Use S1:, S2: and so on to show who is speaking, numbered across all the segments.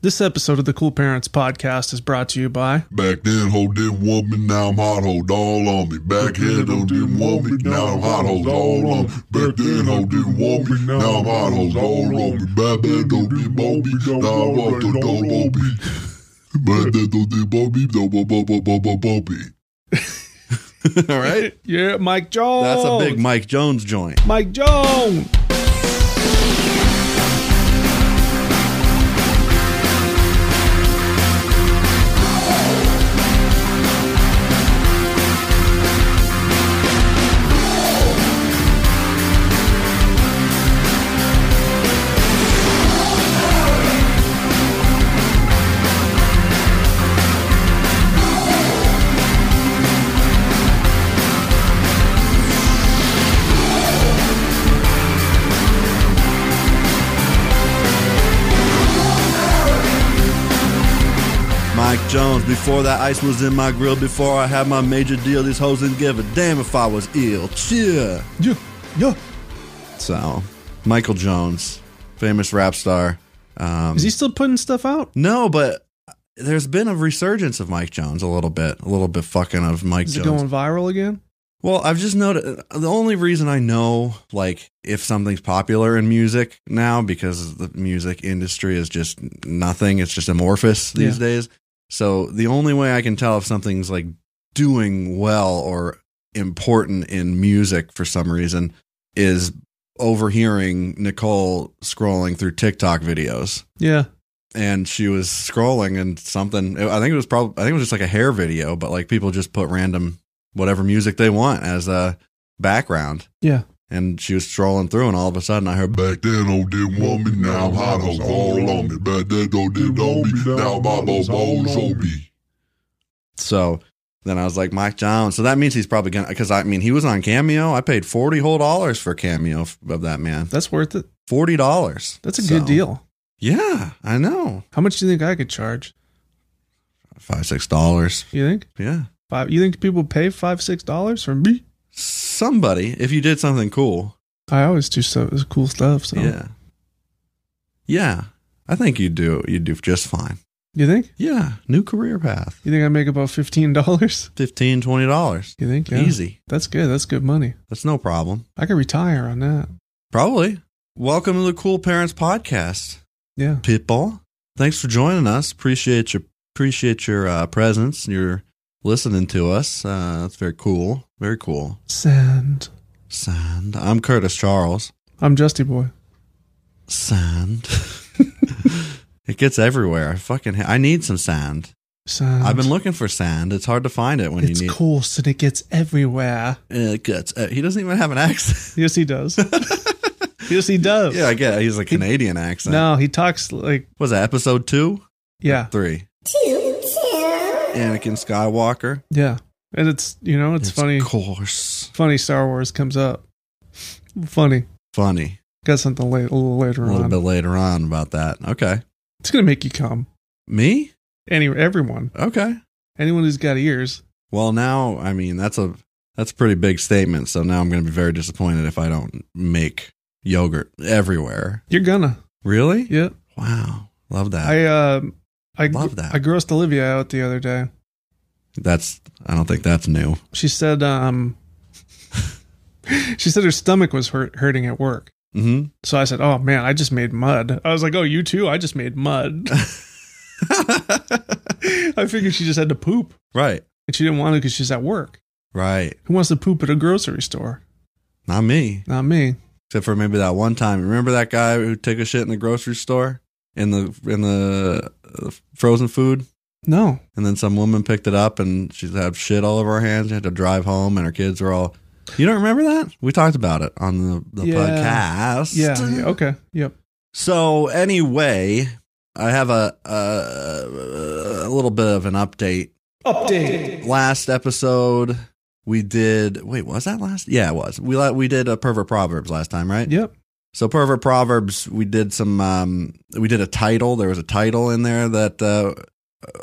S1: This episode of the Cool Parents Podcast is brought to you by
S2: Back then, ho didn't want me, now I'm hot, ho all on me. Back then, ho didn't want me, now I'm hot, ho all on me. Back then, ho didn't want me, now I'm hot, ho all on me. Back then, ho didn't want me, now I'm hot, ho all on me. Back then, ho didn't want me, now I'm hot, ho all on me.
S3: All right.
S1: Yeah, Mike Jones.
S3: That's a big Mike Jones joint.
S1: Mike Jones.
S3: Mike Jones. Before that ice was in my grill, before I had my major deal, these hoes didn't give a damn if I was ill. Cheer.
S1: Yeah, yeah.
S3: So, Michael Jones, famous rap star. Um,
S1: Is he still putting stuff out?
S3: no, but there's been a resurgence of Mike Jones a little bit, a little bit fucking of Mike
S1: Is it
S3: Jones.
S1: going viral again?
S3: Well, I've just noticed the only reason I know like if something's popular in music now because the music industry is just nothing, it's just amorphous these
S1: Yeah.
S3: days. So the only way I can tell if something's like doing well or important in music for some reason is overhearing Nicole scrolling through TikTok videos
S1: Yeah.
S3: and she was scrolling and something i think it was probably i think it was just like a hair video but like people just put random whatever music they want as a background
S1: Yeah.
S3: and she was strolling through and all of a sudden i heard
S2: Back then, ho didn't want me, now I'm hot, ho all on me. Back then, ho didn't want me, now I'm hot, ho all on me.
S3: so then i was like mike jones so that means he's probably gonna because i mean he was on cameo i paid 40 whole dollars for cameo f- of that man
S1: That's worth it.
S3: 40 dollars
S1: That's a good deal.
S3: yeah i know
S1: How much do you think I could charge?
S3: five six dollars
S1: You think?
S3: yeah
S1: Five you think people pay five, six dollars for me?
S3: somebody if you did something cool
S1: I always do so cool stuff, so
S3: yeah yeah i think you do you do just fine
S1: you think?
S3: Yeah, new career path.
S1: You think I make about fifteen dollars?
S3: $15, $20.
S1: You think?
S3: Easy.
S1: That's good. That's good money.
S3: That's no problem.
S1: I could retire on that.
S3: Probably. Welcome to the Cool Parents Podcast,
S1: Yeah.
S3: people. Thanks for joining us. Appreciate your appreciate your uh, presence. You're listening to us. Uh, that's very cool. Very cool.
S1: Sand.
S3: Sand. I'm Curtis Charles.
S1: I'm Justy Boy.
S3: Sand. it gets everywhere. I fucking ha- I need some sand.
S1: Sand.
S3: I've been looking for sand. It's hard to find it when
S1: it's
S3: you need.
S1: coarse and it gets everywhere.
S3: It gets. Uh, he doesn't even have an accent.
S1: Yes, he does. yes, he does.
S3: yeah, I get. It. He's a Canadian accent.
S1: No, he talks like
S3: was that episode two,
S1: yeah,
S3: three? Anakin Skywalker.
S1: yeah, and it's you know it's, funny.
S3: course,
S1: Funny Star Wars comes up. Funny.
S3: funny.
S1: Got something late, a little later
S3: A little
S1: on.
S3: bit later on about that. Okay,
S1: It's gonna make you come.
S3: me.
S1: Any everyone,
S3: Okay.
S1: anyone who's got ears.
S3: Well, now I mean that's a that's a pretty big statement. So now I'm going to be very disappointed if I don't make yogurt everywhere.
S1: You're gonna.
S3: Really?
S1: Yeah.
S3: Wow. Love that.
S1: I um I
S3: Love that.
S1: I grossed Olivia out the other day.
S3: that's. I don't think that's new.
S1: She said um she said her stomach was hurt, hurting at work.
S3: Hmm.
S1: So I said, "Oh man, I just made mud." I was like, "Oh, you too? I just made mud." I figured she just had to poop,
S3: right.
S1: and she didn't want to because she's at work.
S3: Right.
S1: Who wants to poop at a grocery store?
S3: Not me.
S1: Not me.
S3: except for maybe that one time. Remember that guy who took a shit in the grocery store in the in the uh, frozen food,
S1: No.
S3: and then some woman picked it up and she had shit all over her hands. She had to drive home, and her kids were all. You don't remember that? We talked about it on the, the
S1: Yeah.
S3: podcast.
S1: Yeah. yeah, Okay. Yep.
S3: So anyway, I have a, a, little bit of an update.
S1: Update.
S3: Last episode we did. Wait, was that last? Yeah, it was. We la- we did a pervert proverbs last time, right?
S1: Yep.
S3: So pervert proverbs, we did some. Um, we did a title. There was a title in there that uh,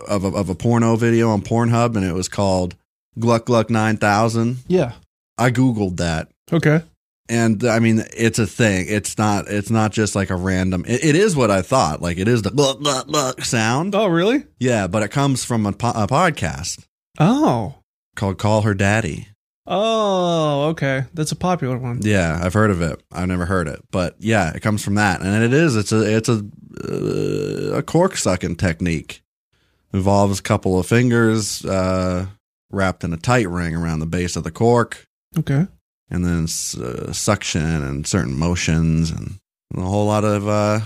S3: of a, of a porno video on Pornhub, and it was called Gluck Gluck Nine Thousand.
S1: Yeah.
S3: I googled that,
S1: Okay.
S3: and I mean, it's a thing. It's not. It's not just like a random. It, it is what I thought. Like it is the gluck gluck gluck sound.
S1: Oh, really?
S3: Yeah, but it comes from a, po- a podcast
S1: Oh.
S3: called Call Her Daddy.
S1: Oh, okay. That's a popular one.
S3: Yeah, I've heard of it. I've never heard it, but yeah, it comes from that, and it is. It's a it's a uh, a cork sucking technique. Involves a couple of fingers uh, wrapped in a tight ring around the base of the cork,
S1: Okay.
S3: and then s- uh, suction and certain motions and a whole lot of uh,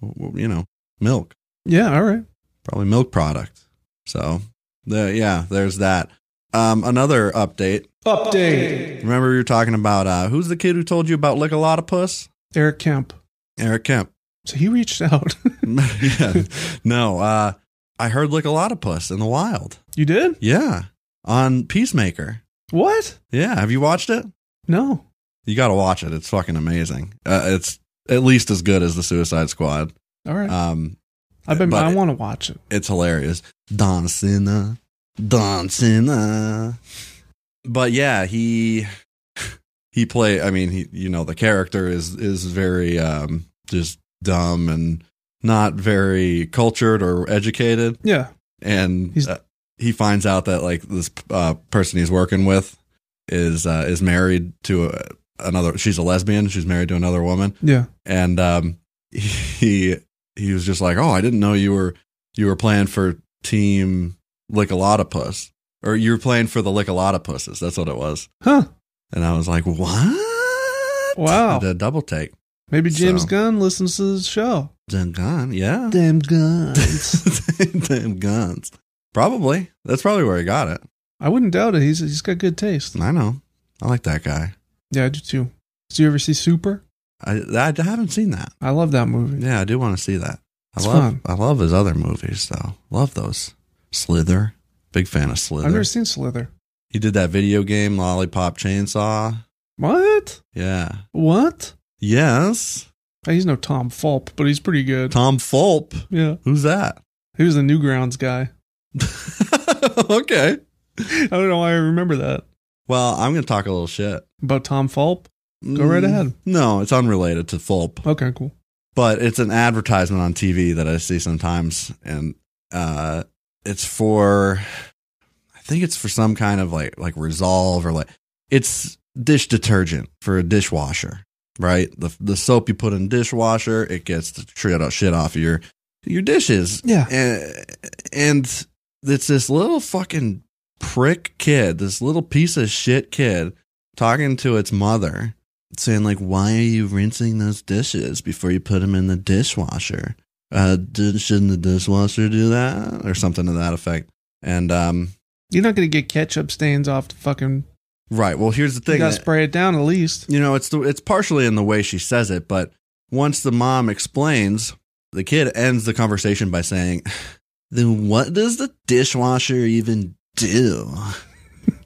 S3: w- you know milk,
S1: Yeah. All right.
S3: probably milk product. So there, yeah, there's that. Um, another update.
S1: Update.
S3: Remember, you were talking about uh, who's the kid who told you about Lickalotopus?
S1: Eric Kemp.
S3: Eric Kemp.
S1: So he reached out.
S3: yeah. No, uh, I heard Lickalotopus in the wild.
S1: you did?
S3: Yeah. On Peacemaker.
S1: What?
S3: Yeah. Have you watched it?
S1: No.
S3: You got to watch it. It's fucking amazing. Uh, it's at least as good as the Suicide Squad.
S1: All right.
S3: Um,
S1: I've been.
S3: but
S1: I
S3: it-
S1: want to watch it.
S3: it's hilarious. Don Cena. Don Cena. But yeah, he he play I mean, he you know, the character is is very um just dumb and not very cultured or educated.
S1: Yeah.
S3: and
S1: He's-
S3: uh, he finds out that like this uh, person he's working with is uh, is married to a, another. She's a lesbian. She's married to another woman,
S1: Yeah.
S3: and um, he he was just like, "Oh, I didn't know you were you were playing for Team Lickalotopus, or you were playing for the Lickalotopusses. That's what it was."
S1: Huh.
S3: And I was like, "What?
S1: Wow.
S3: I did a double take."
S1: Maybe James
S3: So-
S1: Gunn listens to the show.
S3: Damn gun, yeah.
S1: Damn guns.
S3: Damn guns. Probably. That's probably where he got it.
S1: I wouldn't doubt it. He's he's got good taste.
S3: I know. I like that guy.
S1: Yeah, I do too. Did you ever see Super?
S3: I, I haven't seen that.
S1: I love that movie.
S3: Yeah, I do want to see that. I
S1: It's
S3: love
S1: fun.
S3: I love his other movies though. Love those. Slither. Big fan of Slither.
S1: I've never seen Slither.
S3: he did that video game Lollipop Chainsaw.
S1: What?
S3: Yeah.
S1: What?
S3: Yes.
S1: Hey, He's no Tom Fulp, but he's pretty good.
S3: Tom Fulp.
S1: Yeah,
S3: Who's that?
S1: he was the Newgrounds guy.
S3: okay.
S1: I don't know why I remember that
S3: Well, I'm going to talk a little shit.
S1: about Tom Fulp. Go right
S3: Mm,
S1: ahead.
S3: No, it's unrelated to Fulp.
S1: Okay, cool.
S3: but it's an advertisement on TV that I see sometimes, and uh, it's for, I think it's for some kind of like like Resolve or like it's dish detergent for a dishwasher, right? The the soap you put in dishwasher, it gets the shit shit off your your dishes,
S1: Yeah.
S3: and, and it's this little fucking prick kid, this little piece of shit kid, talking to its mother, saying like, "Why are you rinsing those dishes before you put them in the dishwasher? Uh, d- shouldn't the dishwasher do that, or something to that effect?" And um,
S1: You're not gonna get ketchup stains off the fucking.
S3: right. Well, here's the
S1: You
S3: thing.
S1: gotta
S3: that-
S1: spray it down at least.
S3: you know, it's the, it's partially in the way she says it, but once the mom explains, the kid ends the conversation by saying, "Then what does the dishwasher even do?"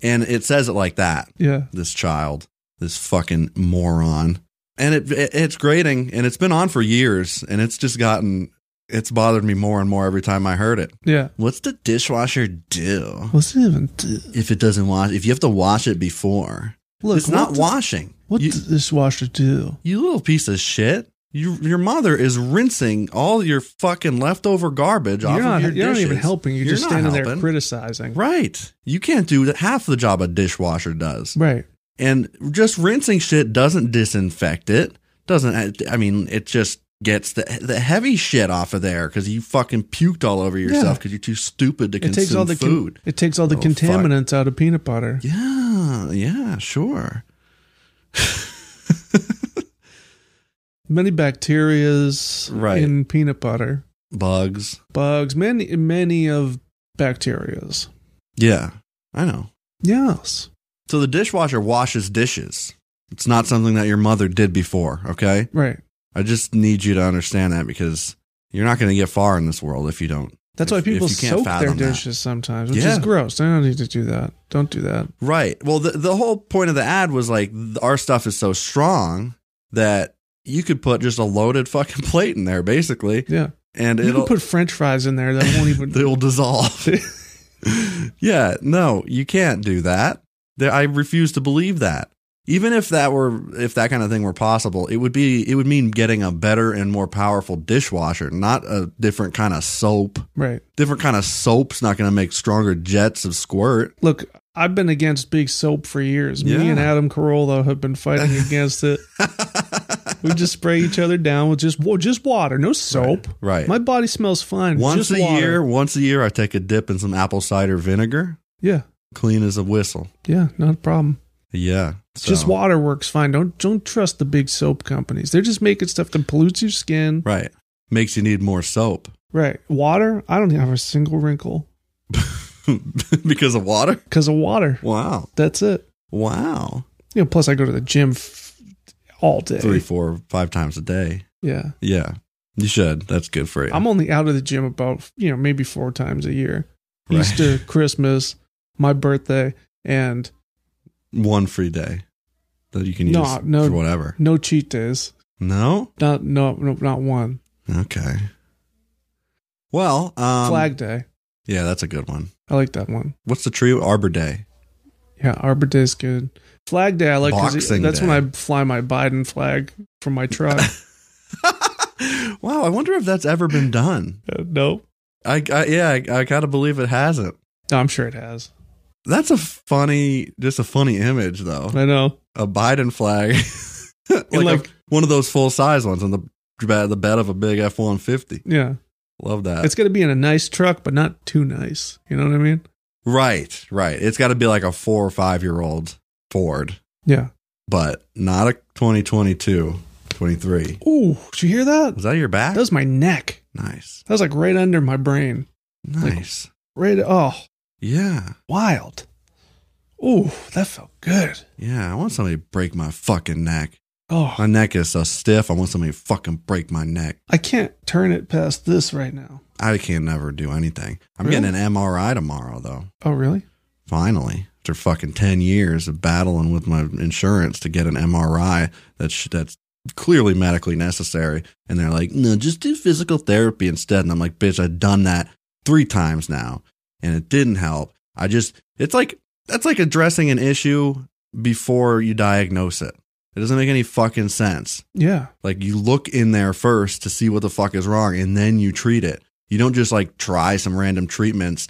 S3: and it says it like that.
S1: Yeah.
S3: This child, this fucking moron, and it, it it's grating, and it's been on for years, and it's just gotten it's bothered me more and more every time I heard it.
S1: Yeah.
S3: What's the dishwasher do
S1: What's it even? Do?
S3: if it doesn't wash? If you have to wash it before,
S1: Look,
S3: it's
S1: what
S3: not
S1: does-
S3: washing.
S1: What
S3: You-
S1: does this washer do?
S3: you little piece of shit. You, your mother is rinsing all your fucking leftover garbage off
S1: You're not.
S3: of your
S1: You're not
S3: dishes.
S1: even helping. You're, just
S3: not
S1: standing there
S3: helping.
S1: criticizing.
S3: Right. You can't do that- half the job a dishwasher does.
S1: Right.
S3: And just rinsing shit doesn't disinfect it. Doesn't, I mean, it just gets the, the heavy shit off of there because you fucking puked all over yourself
S1: Yeah.
S3: because you're too stupid to
S1: It
S3: consume
S1: takes all the con-
S3: food.
S1: it takes all the
S3: Oh, fuck.
S1: contaminants out of peanut butter.
S3: yeah. Yeah. Sure.
S1: Many bacterias
S3: Right.
S1: in peanut butter.
S3: Bugs.
S1: Bugs. Many many of bacterias.
S3: Yeah. I know.
S1: Yes.
S3: So the dishwasher washes dishes. It's not something that your mother did before, okay?
S1: Right.
S3: I just need you to understand that because you're not going to get far in this world if you don't
S1: That's why
S3: If- if
S1: people
S3: you can't
S1: soak their
S3: fathom that.
S1: dishes sometimes, which
S3: Yeah.
S1: is gross. I don't need to do that. Don't do that.
S3: Right. Well, the, the whole point of the ad was like th- our stuff is so strong that you could put just a loaded fucking plate in there, basically,
S1: Yeah.
S3: and
S1: You
S3: it'll
S1: can put French fries in there that won't even.
S3: they'll dissolve. yeah. No, you can't do that. There, I refuse to believe that. Even if that were if that kind of thing were possible, it would be it would mean getting a better and more powerful dishwasher, not a different kind of soap.
S1: right.
S3: Different kind of soap's not going to make stronger jets of squirt.
S1: Look, I've been against big soap for years. Me
S3: Yeah.
S1: and Adam Carolla have been fighting against it. We just spray each other down with just well, just water, no soap.
S3: Right.
S1: My body smells fine. It's
S3: Once
S1: just
S3: a
S1: water.
S3: year, once a year, I take a dip in some apple cider vinegar,
S1: Yeah.
S3: clean as a whistle.
S1: Yeah. Not a problem.
S3: Yeah, so-
S1: Just water works fine. Don't don't trust the big soap companies. They're just making stuff that pollutes your skin.
S3: Right, makes you need more soap
S1: Right. Water. I don't have a single wrinkle
S3: because of water.
S1: because of water.
S3: Wow,
S1: That's it.
S3: wow,
S1: You know. Plus, I go to the gym f- all day.
S3: three, four, five times a day.
S1: Yeah.
S3: Yeah, you should. That's good for you.
S1: I'm only out of the gym about you know maybe four times a year:
S3: Right.
S1: Easter, Christmas, my birthday, and
S3: One free day that you can use
S1: No, no.
S3: for whatever.
S1: no cheat days.
S3: No,
S1: Not no no not one
S3: okay. Well, um,
S1: Flag Day.
S3: Yeah, that's a good one.
S1: I like that one.
S3: What's the tree? Arbor Day.
S1: Yeah, Arbor Day's good. Flag Day I like 'cause
S3: Boxing
S1: that's
S3: Day.
S1: when I fly my Biden flag from my truck.
S3: Wow, I wonder if that's ever been done.
S1: uh, no,
S3: I, I yeah, I, I gotta believe it hasn't.
S1: no, I'm sure it has.
S3: That's a funny, just a funny image though.
S1: I know.
S3: A Biden flag, like, a-
S1: like-
S3: one of those full size ones on the bed, the bed of a big F one fifty.
S1: Yeah,
S3: Love that.
S1: it's gonna be in a nice truck, but not too nice. You know what I mean?
S3: right, right. It's got to be like a four or five year old Ford,
S1: Yeah.
S3: but not a 2022, 23.
S1: Ooh, did you hear that?
S3: Was that your back?
S1: That was my neck.
S3: nice,
S1: That was like right under my brain.
S3: nice.
S1: Right. Oh,
S3: yeah,
S1: wild. Ooh, that felt good.
S3: yeah. I want somebody to break my fucking neck.
S1: Oh,
S3: My neck is so stiff. I want somebody to fucking break my neck.
S1: I can't turn it past this right now.
S3: I can never do anything. I'm
S1: Really?
S3: getting an MRI tomorrow, though.
S1: Oh, really?
S3: Finally, after fucking ten years of battling with my insurance to get an MRI that's that's clearly medically necessary, and they're like, "No, just do physical therapy instead." And I'm like, "Bitch, I've done that three times now, and it didn't help." I just, it's like that's like addressing an issue before you diagnose it. It doesn't make any fucking sense.
S1: Yeah.
S3: Like you look in there first to see what the fuck is wrong and then you treat it. You don't just like try some random treatments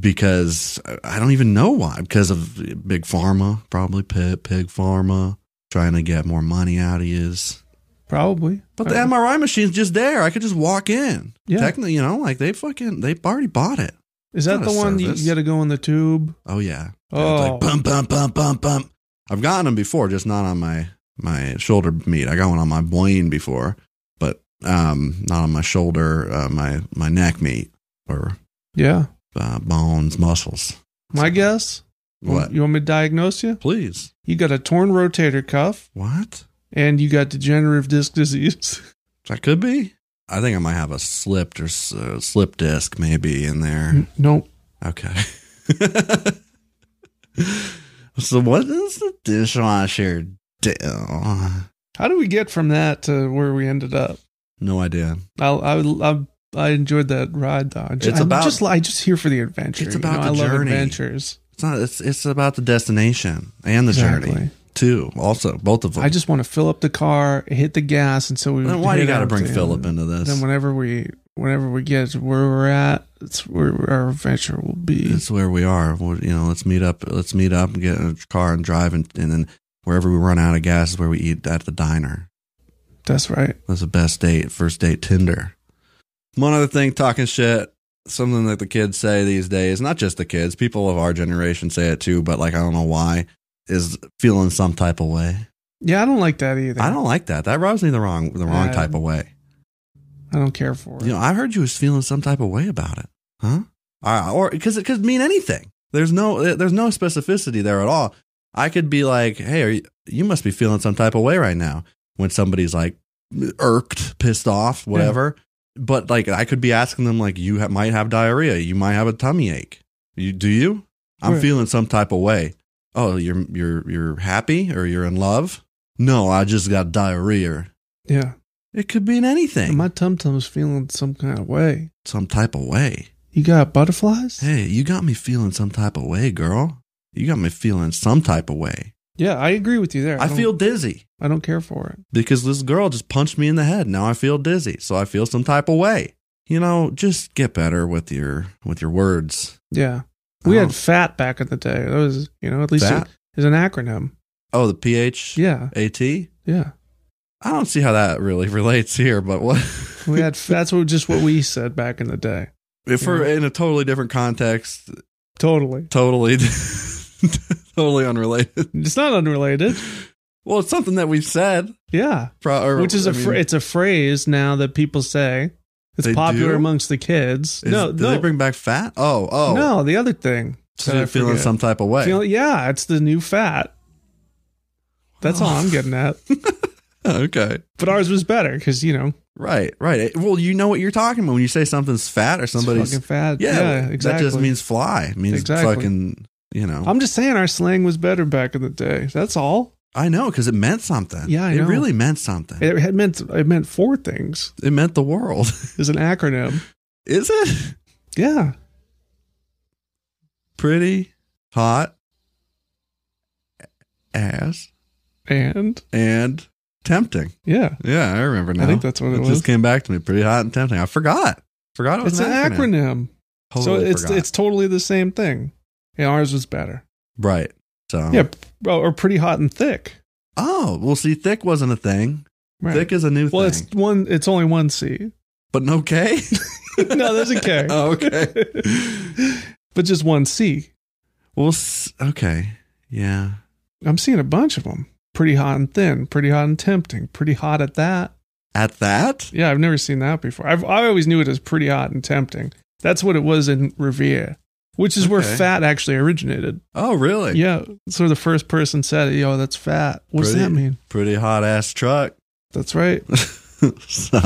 S3: because I- I don't even know why. Because of eh, big pharma, probably pig, pig pharma, trying to get more money out of yous.
S1: Probably.
S3: But the MRI machine's just there. I could just walk in.
S1: Yeah.
S3: Technically, you know, like they fucking, they've already bought it.
S1: is
S3: not
S1: that the
S3: a
S1: one you,
S3: service.
S1: you got to go in the tube?
S3: Oh yeah.
S1: Oh.
S3: It's like bump, bump, bump, bump, bump. I've gotten them before, just not on my my shoulder meat. I got one on my brain before, but um, not on my shoulder, uh, my my neck meat or
S1: Yeah.
S3: uh, bones, muscles.
S1: My guess.
S3: What?
S1: Oh, You want me to diagnose you?
S3: Please.
S1: You got a torn rotator cuff
S3: What?
S1: and you got degenerative disc disease.
S3: That could be. I think I might have a slipped or s- uh, slip disc maybe in there.
S1: no.
S3: Okay. so what does the dishwasher do?
S1: How do we get from that to where we ended up?
S3: No idea.
S1: I I I, I enjoyed that ride though. I ju-
S3: It's
S1: I'm
S3: about-
S1: just I just here for the adventure.
S3: It's
S1: you
S3: about
S1: know?
S3: the
S1: I love
S3: journey.
S1: adventures.
S3: It's not. It's it's about the destination and the journey
S1: Exactly.
S3: too. Also, both of them.
S1: I just want to fill up the car, hit the gas, and so we.
S3: Then why do
S1: hit
S3: you got to
S1: out
S3: bring
S1: to-
S3: Philip into this?
S1: Then whenever we whenever we get to where we're at, it's where our adventure will be.
S3: That's where we are. We're, you know, let's meet up. Let's meet up and get in a car and drive, and, and then wherever we run out of gas is where we eat at the diner.
S1: That's right.
S3: That's the best date, first date Tinder. One other thing, talking shit. Something that the kids say these days, not just the kids, people of our generation say it too, but like I don't know why, is feeling some type of way.
S1: Yeah, I don't like that either.
S3: I don't like that. That rubs me the wrong the wrong
S1: Uh,
S3: type of way.
S1: I don't care for it.
S3: You know, I heard you was feeling some type of way about it, huh? Uh, or because it could mean anything. There's no eh, there's no specificity there at all. I could be like, hey, are you, you must be feeling some type of way right now when somebody's like irked, pissed off, whatever. but like I could be asking them like you ha- might have diarrhea, you might have a tummy ache. You do you? I'm
S1: Right.
S3: feeling some type of way. Oh, you're you're you're happy or you're in love? No, I just got diarrhea.
S1: Yeah.
S3: It could be in anything.
S1: My tum tum's feeling some kind of way.
S3: some type of way.
S1: You got butterflies?
S3: Hey, you got me feeling some type of way, girl. You got me feeling some type of way.
S1: Yeah, I agree with you there.
S3: I
S1: don't-
S3: feel dizzy
S1: I don't care for it.
S3: because this girl just punched me in the head. Now I feel dizzy, so I feel some type of way. You know, just get better with your with your words.
S1: Yeah. We
S3: Oh.
S1: had fat back in the day. That was, you know, at least it
S3: Fat?
S1: is an acronym.
S3: Oh, the PH
S1: Yeah.
S3: AT? I
S1: Yeah.
S3: don't see how that really relates here, but what
S1: We had that's what just what we said back in the day.
S3: if we're in a totally different context,
S1: Totally.
S3: totally totally unrelated.
S1: It's not unrelated.
S3: Well, it's something that we've said,
S1: Yeah.
S3: pro- or,
S1: Which is
S3: I
S1: a fr-
S3: mean,
S1: it's a phrase now that people say. It's
S3: They
S1: popular
S3: do?
S1: amongst the kids.
S3: is-
S1: no,
S3: did
S1: no.
S3: they bring back fat? Oh, oh,
S1: No, the other thing.
S3: So
S1: that I
S3: you're feeling
S1: forget.
S3: some type of way.
S1: Feel- yeah, it's the new fat. That's all I'm getting at.
S3: Oh, okay,
S1: But ours was better because you know
S3: right, right. It- well, you know what you're talking about when you say something's fat or
S1: it's
S3: somebody's.
S1: fucking fat.
S3: yeah,
S1: exactly.
S3: That just means fly. It means
S1: Exactly.
S3: fucking. You know,
S1: I'm just saying our slang was better back in the day. That's all.
S3: I know because it meant something.
S1: Yeah, I
S3: it
S1: know.
S3: really meant something.
S1: It had meant it meant four things
S3: it meant the world.
S1: as an acronym.
S3: Is it?
S1: Yeah,
S3: pretty hot ass
S1: and
S3: and tempting.
S1: yeah,
S3: Yeah, I remember now.
S1: think that's what it
S3: it
S1: was.
S3: just came back to me. Pretty hot and tempting. I forgot. Forgot it was
S1: it's an acronym. so
S3: Totally
S1: it's
S3: forgot.
S1: it's totally the same thing. And ours was better.
S3: right. So
S1: Yeah, p- or pretty hot and thick.
S3: Oh well, see, thick wasn't a thing.
S1: Right.
S3: Thick is a new
S1: well,
S3: thing.
S1: it's one. It's only one C.
S3: But no K.
S1: no, there's a K.
S3: oh, okay.
S1: but just one C.
S3: well, s- okay. Yeah.
S1: I'm seeing a bunch of them. Pretty hot and thin. Pretty hot and tempting. Pretty hot at that.
S3: At that,
S1: Yeah, I've never seen that before. I've I always knew it as pretty hot and tempting. That's what it was in Revere, which is where
S3: Okay.
S1: fat actually originated.
S3: oh really?
S1: Yeah, so the first person said, "Yo, that's fat." What does
S3: Pretty-
S1: that mean?
S3: Pretty hot ass truck.
S1: That's right.
S3: so,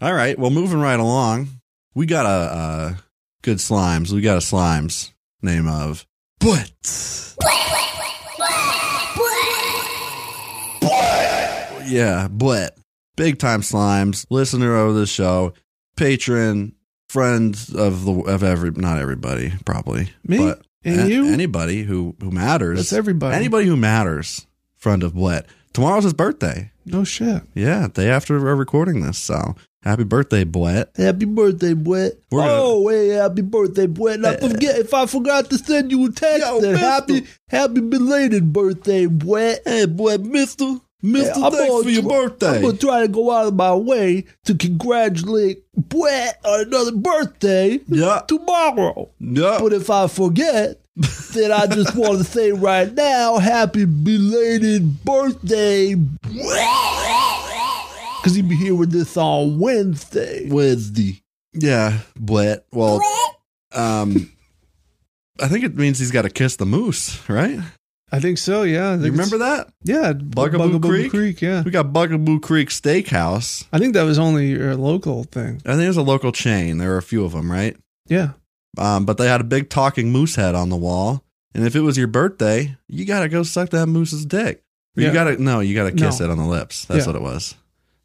S3: all right. Well, moving right along, we got a, a good slimes. We got a slimes name of Blitz. Yeah, Blit. Big time slimes. Listener of the show, patron, friends of the of every not everybody probably
S1: Me
S3: but
S1: and
S3: a-
S1: you.
S3: anybody who who matters
S1: that's everybody.
S3: anybody who matters friend of Blit. Tomorrow's his birthday.
S1: No shit.
S3: Yeah, day after we're recording this. So happy birthday, Blit.
S4: Happy birthday, Brett.
S3: We're gonna- Eh.
S4: Oh, hey, happy birthday, Brett. And I forget if I forgot to send you a text.
S3: Yo,
S4: then happy,
S3: mister.
S4: happy belated birthday, Brett.
S3: Hey, boy, Mister, Mister,
S4: I'm
S3: thanks
S4: gonna
S3: for your
S4: tr-
S3: birthday.
S4: I'm gonna try to go out of my way to congratulate Brett on another birthday
S3: yeah,
S4: tomorrow.
S3: yeah.
S4: But if I forget, then I just want to say right now, happy belated birthday, because he'll be here with this on Wednesday.
S3: Wednesday. Yeah, Blit. Well, um, I think it means he's got to kiss the moose, right?
S1: I think so. Yeah. I
S3: You
S1: think
S3: remember
S1: it's-
S3: that?
S1: Yeah,
S3: Bugaboo Creek?
S1: Yeah,
S3: We got Bugaboo Creek Steakhouse.
S1: I think that was only a local thing.
S3: I think it's a local chain. There are a few of them, right?
S1: Yeah.
S3: Um, but they had a big talking moose head on the wall. And if it was your birthday, you gotta go suck that moose's dick. Or
S1: Yeah.
S3: You gotta no, you gotta kiss
S1: No.
S3: it on the lips.
S1: Yeah.
S3: That's what it was.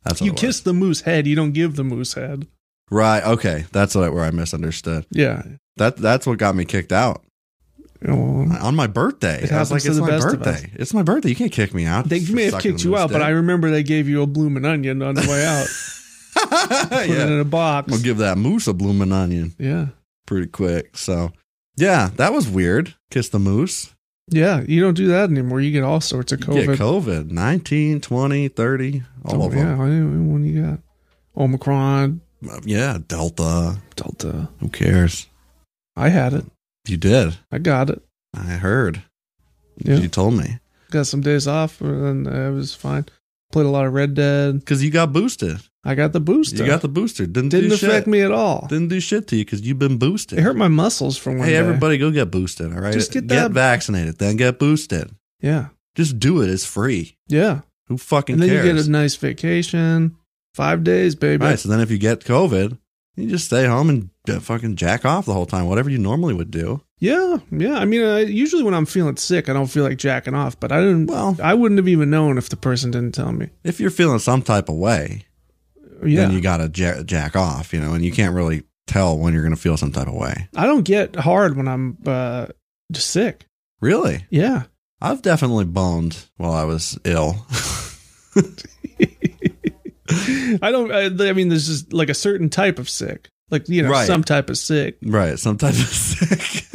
S3: That's what
S1: you
S3: it was.
S1: kiss the moose head. You don't give the moose head.
S3: right? Okay, that's what I, where I misunderstood.
S1: Yeah.
S3: That that's what got me kicked out
S1: Oh.
S3: on my birthday.
S1: It
S3: I was
S1: happens
S3: like,
S1: to
S3: it's
S1: the
S3: my
S1: best of us.
S3: birthday. It's my birthday. You can't kick me out.
S1: They
S3: for
S1: may have
S3: sucking
S1: kicked
S3: the
S1: you
S3: moose
S1: out, but I remember they gave you a bloomin' onion on the way out.
S3: dick.
S1: Put it
S3: yeah,
S1: in a box.
S3: I'll give that moose a blooming onion
S1: yeah.
S3: pretty quick. So, yeah, that was weird. Kiss the moose.
S1: Yeah. You don't do that anymore. You get all sorts of
S3: Get
S1: COVID.
S3: COVID 19, 20, 30, all
S1: oh,
S3: of them.
S1: yeah. When you got Omicron,
S3: Uh, Yeah, Delta.
S1: Delta.
S3: Who cares?
S1: I had it.
S3: You did.
S1: I got it.
S3: I heard.
S1: Yeah.
S3: You told me
S1: Got some days off and it was fine. Played a lot of Red Dead.
S3: because you got boosted.
S1: I got the booster.
S3: You got the booster. Didn't
S1: Didn't
S3: do
S1: affect
S3: shit.
S1: me at all.
S3: Didn't do shit to you because you've been boosted.
S1: It hurt my muscles for one
S3: hey,
S1: day.
S3: everybody, go get boosted. All right,
S1: Just get that-
S3: vaccinated, then get boosted.
S1: Yeah.
S3: Just do it. It's free.
S1: Yeah.
S3: Who fucking
S1: And then
S3: cares?
S1: you get a nice vacation. Five days, baby.
S3: Right. So then if you get COVID, you just stay home and j- fucking jack off the whole time, whatever you normally would do.
S1: Yeah, yeah. I mean, I, usually when I'm feeling sick, I don't feel like jacking off, but I didn't.
S3: Well-
S1: I wouldn't have even known if the person didn't tell me.
S3: If you're feeling some type of way,
S1: Yeah,
S3: then you got to jack, jack off, you know, and you can't really tell when you're going to feel some type of way.
S1: I don't get hard when I'm uh, just sick.
S3: Really?
S1: Yeah,
S3: I've definitely boned while I was ill.
S1: I don't. I, I mean, there's just like a certain type of sick, like you know,
S3: Right.
S1: some type of sick.
S3: right. Some type of sick.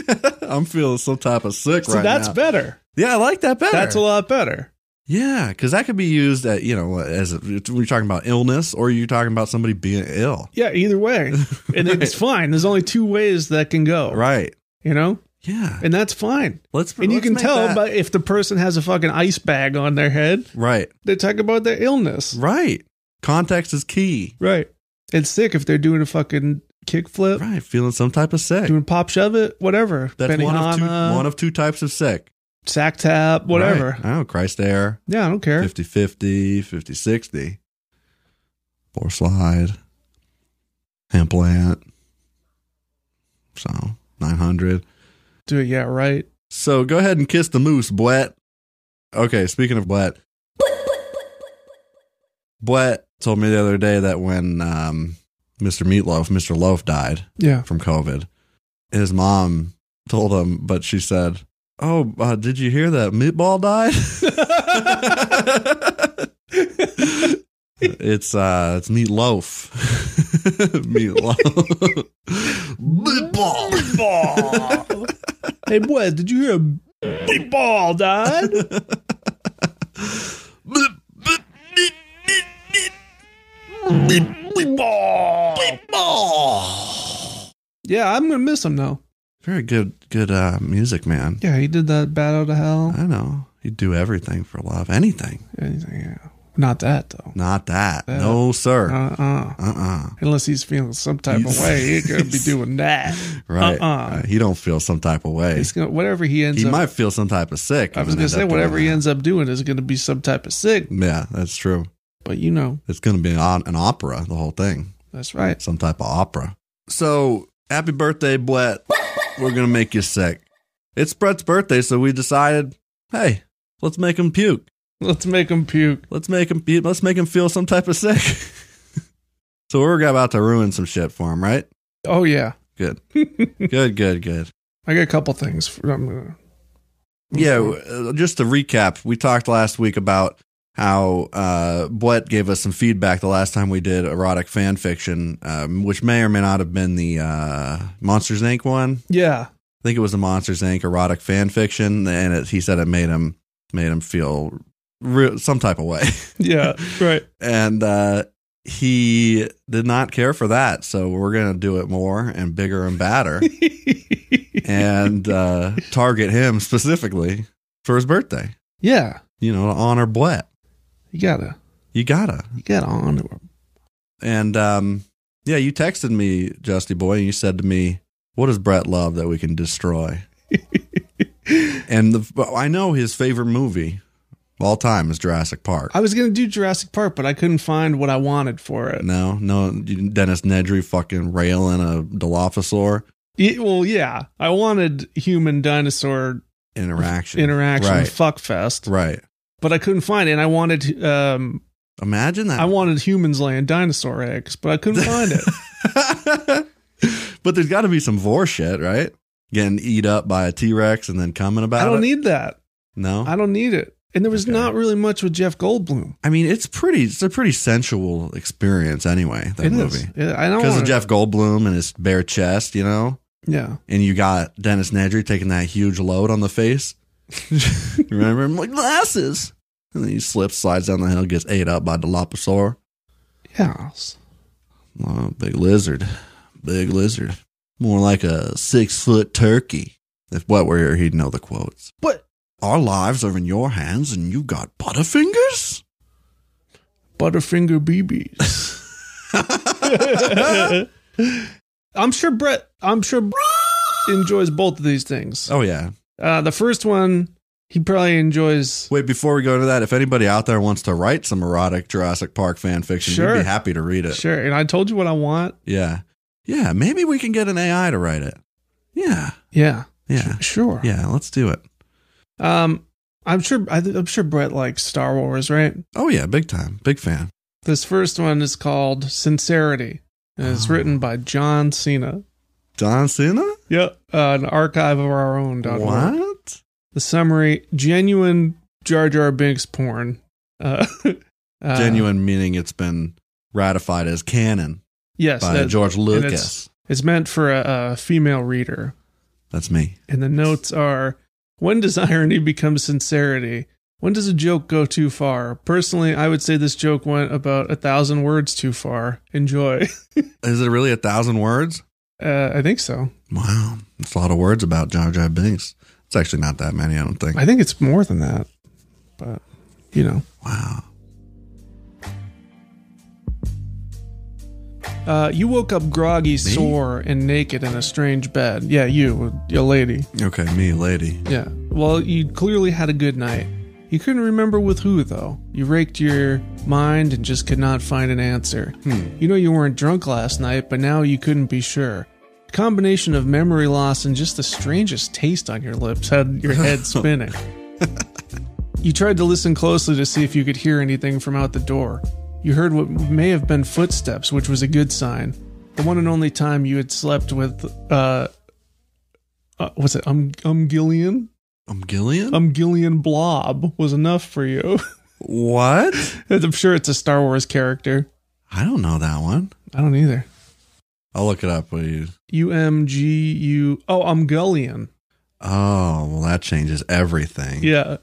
S3: I'm feeling some type of sick
S1: So
S3: right
S1: that's
S3: now.
S1: better.
S3: yeah, I like that better.
S1: That's a lot better.
S3: Yeah, because that could be used at you know as a, we're talking about illness, or you're talking about somebody being ill,
S1: Yeah, either way, and it's fine. There's only two ways that can go.
S3: right?
S1: You know,
S3: Yeah,
S1: and that's fine.
S3: let's
S1: And you
S3: let's
S1: can
S3: make
S1: tell
S3: that-
S1: by if the person has a fucking ice bag on their head.
S3: right,
S1: They talk about their illness.
S3: right. Context is key,
S1: Right. It's sick if they're doing a fucking kickflip,
S3: right? Feeling some type of sick.
S1: doing pop shove it, whatever.
S3: That's one of two
S1: Benihana,
S3: one of two types of sick,
S1: sack tap, whatever.
S3: Right. Oh, Christ air,
S1: Yeah, I don't care.
S3: 50 50, 50 60, four slide, hemp plant. So 900.
S1: Do it, yeah, right.
S3: So go ahead and kiss the moose, Bwet. Okay, speaking of Bwet, Bwet told me the other day that when um, Mr. Meatloaf, Mr. Loaf died
S1: Yeah.
S3: from COVID, his mom told him, but she said, "Oh, uh, did you hear that Meatball died?" it's uh, it's Meatloaf, Meatloaf, Meatball.
S1: hey, boy, did you hear a big ball, Don? yeah, I'm going to miss him, though.
S3: Very good, good uh, music, man.
S1: Yeah, he did that Battle to Hell.
S3: I know he'd do everything for love, anything.
S1: Anything, yeah. Not that, though.
S3: Not that, no, sir.
S1: Uh uh
S3: Uh uh
S1: Unless he's feeling some type of way, he ain't going to be doing that.
S3: Right?
S1: Uh-uh.
S3: Uh, He don't feel some type of way.
S1: He's gonna, whatever he ends
S3: He
S1: up
S3: might feel some type of sick.
S1: I
S3: and
S1: was
S3: then
S1: gonna
S3: end
S1: say
S3: up doing
S1: whatever he
S3: that.
S1: ends up doing is gonna be some type of sick,
S3: Yeah, that's true.
S1: but you know
S3: It's going to be an, o- an opera, the whole thing.
S1: that's right.
S3: Some type of opera. So happy birthday, Brett. We're going to make you sick. It's Brett's birthday, so we decided, hey, let's make him puke.
S1: Let's make him puke.
S3: Let's make him puke. Let's make him feel some type of sick. so we're about to ruin some shit for him, right?
S1: Oh yeah,
S3: Good. good, good, good.
S1: I got a couple things. For, I'm gonna,
S3: Yeah, w- uh, just to recap, we talked last week about how uh, Bwet gave us some feedback the last time we did erotic fan fiction, um, which may or may not have been the uh, Monsters Inc. one.
S1: yeah,
S3: I think it was the Monsters Inc. erotic fan fiction, and it, he said it made him made him feel real, some type of way,
S1: yeah, right.
S3: and uh, he did not care for that. So we're gonna do it more and bigger and badder, and uh, target him specifically for his birthday
S1: yeah,
S3: you know, to honor Blet.
S1: you gotta
S3: You gotta.
S1: you gotta honor him.
S3: And um, yeah, you texted me, Justy Boy, and you said to me, What does Brett love that we can destroy? and the, but I know his favorite movie of all time is Jurassic Park.
S1: I was gonna do Jurassic Park, but I couldn't find what I wanted for it.
S3: no, no, you- Dennis Nedry fucking railing a Dilophosaur
S1: Yeah, well, yeah, I wanted human dinosaur
S3: interaction.
S1: interaction
S3: Right.
S1: fuck fest,
S3: right.
S1: but I couldn't find it. And I wanted um,
S3: Imagine that.
S1: I wanted humans laying dinosaur eggs, but I couldn't find it.
S3: but there's got to be some vor shit, right? Getting eat up by a T Rex and then coming about
S1: I don't
S3: it.
S1: need that.
S3: no,
S1: I don't need it. And there was
S3: Okay.
S1: not really much with Jeff Goldblum.
S3: I mean, it's pretty. It's a pretty sensual experience, anyway. That
S1: It is.
S3: movie
S1: Yeah, I don't
S3: because of
S1: wanna-
S3: Jeff Goldblum and his bare chest, you know,
S1: Yeah.
S3: and you got Dennis Nedry taking that huge load on the face. Remember, I'm like glasses, and then he slips, slides down the hill, gets ate up by Dilophosaur,
S1: Yeah.
S3: oh, big lizard, big lizard, more like a six foot turkey. If what were here, he'd know the quotes.
S1: But
S3: Our lives are in your hands, and you got butterfingers.
S1: Butterfinger BBs. I'm sure Brett I'm sure Brett enjoys both of these things.
S3: Oh yeah,
S1: Uh, the first one He probably enjoys.
S3: Wait, before we go to that, if anybody out there wants to write some erotic Jurassic Park fan fiction,
S1: Sure.
S3: we'd be happy to read it.
S1: Sure. And I told you what I want.
S3: Yeah. Yeah. Maybe we can get an AI to write it. Yeah.
S1: Yeah.
S3: Yeah.
S1: Sh- Sure.
S3: Yeah. Let's do it.
S1: Um, I'm sure. I, th- I'm sure Brett likes Star Wars, right?
S3: Oh, yeah. Big time. Big fan.
S1: This first one is called Sincerity, and it's
S3: Oh.
S1: written by John Cena.
S3: Don Cena?
S1: Yep. Uh, an archive of our own. dot org.
S3: What?
S1: The summary: genuine Jar Jar Binks porn. Uh, uh,
S3: Genuine meaning it's been ratified as canon
S1: Yes.
S3: by
S1: that-
S3: George
S1: it's-
S3: Lucas.
S1: It's meant for a, a female reader.
S3: That's me.
S1: And the notes are when does irony become sincerity? When does a joke go too far? Personally, I would say this joke went about a thousand words too far. Enjoy.
S3: Is it really a thousand words?
S1: Uh, I think so.
S3: Wow. That's a lot of words about Jar Jar Binks. It's actually not that many, I don't think.
S1: I think it's more than that. But, you know.
S3: Wow.
S1: Uh, you woke up groggy, sore, and naked in a strange bed. Yeah, you, a lady.
S3: Okay. Me, lady.
S1: Yeah. Well, you clearly had a good night. You couldn't remember with who, though. You raked your mind and just could not find an answer. You know you weren't drunk last night, but now you couldn't be sure. A combination of memory loss and just the strangest taste on your lips had your head spinning. you tried to listen closely to see if you could hear anything from out the door. You heard what may have been footsteps, which was a good sign. The one and only time you had slept with, uh, uh was it um, um Gillian?
S3: Um, Gillian?
S1: um Gillian Blob was enough for you.
S3: what?
S1: I'm sure it's a Star Wars character.
S3: I don't know that one.
S1: I don't either.
S3: I'll look it up. What do you?
S1: U M G U. Oh, um Gullion.
S3: Oh, well, that changes everything.
S1: Yeah,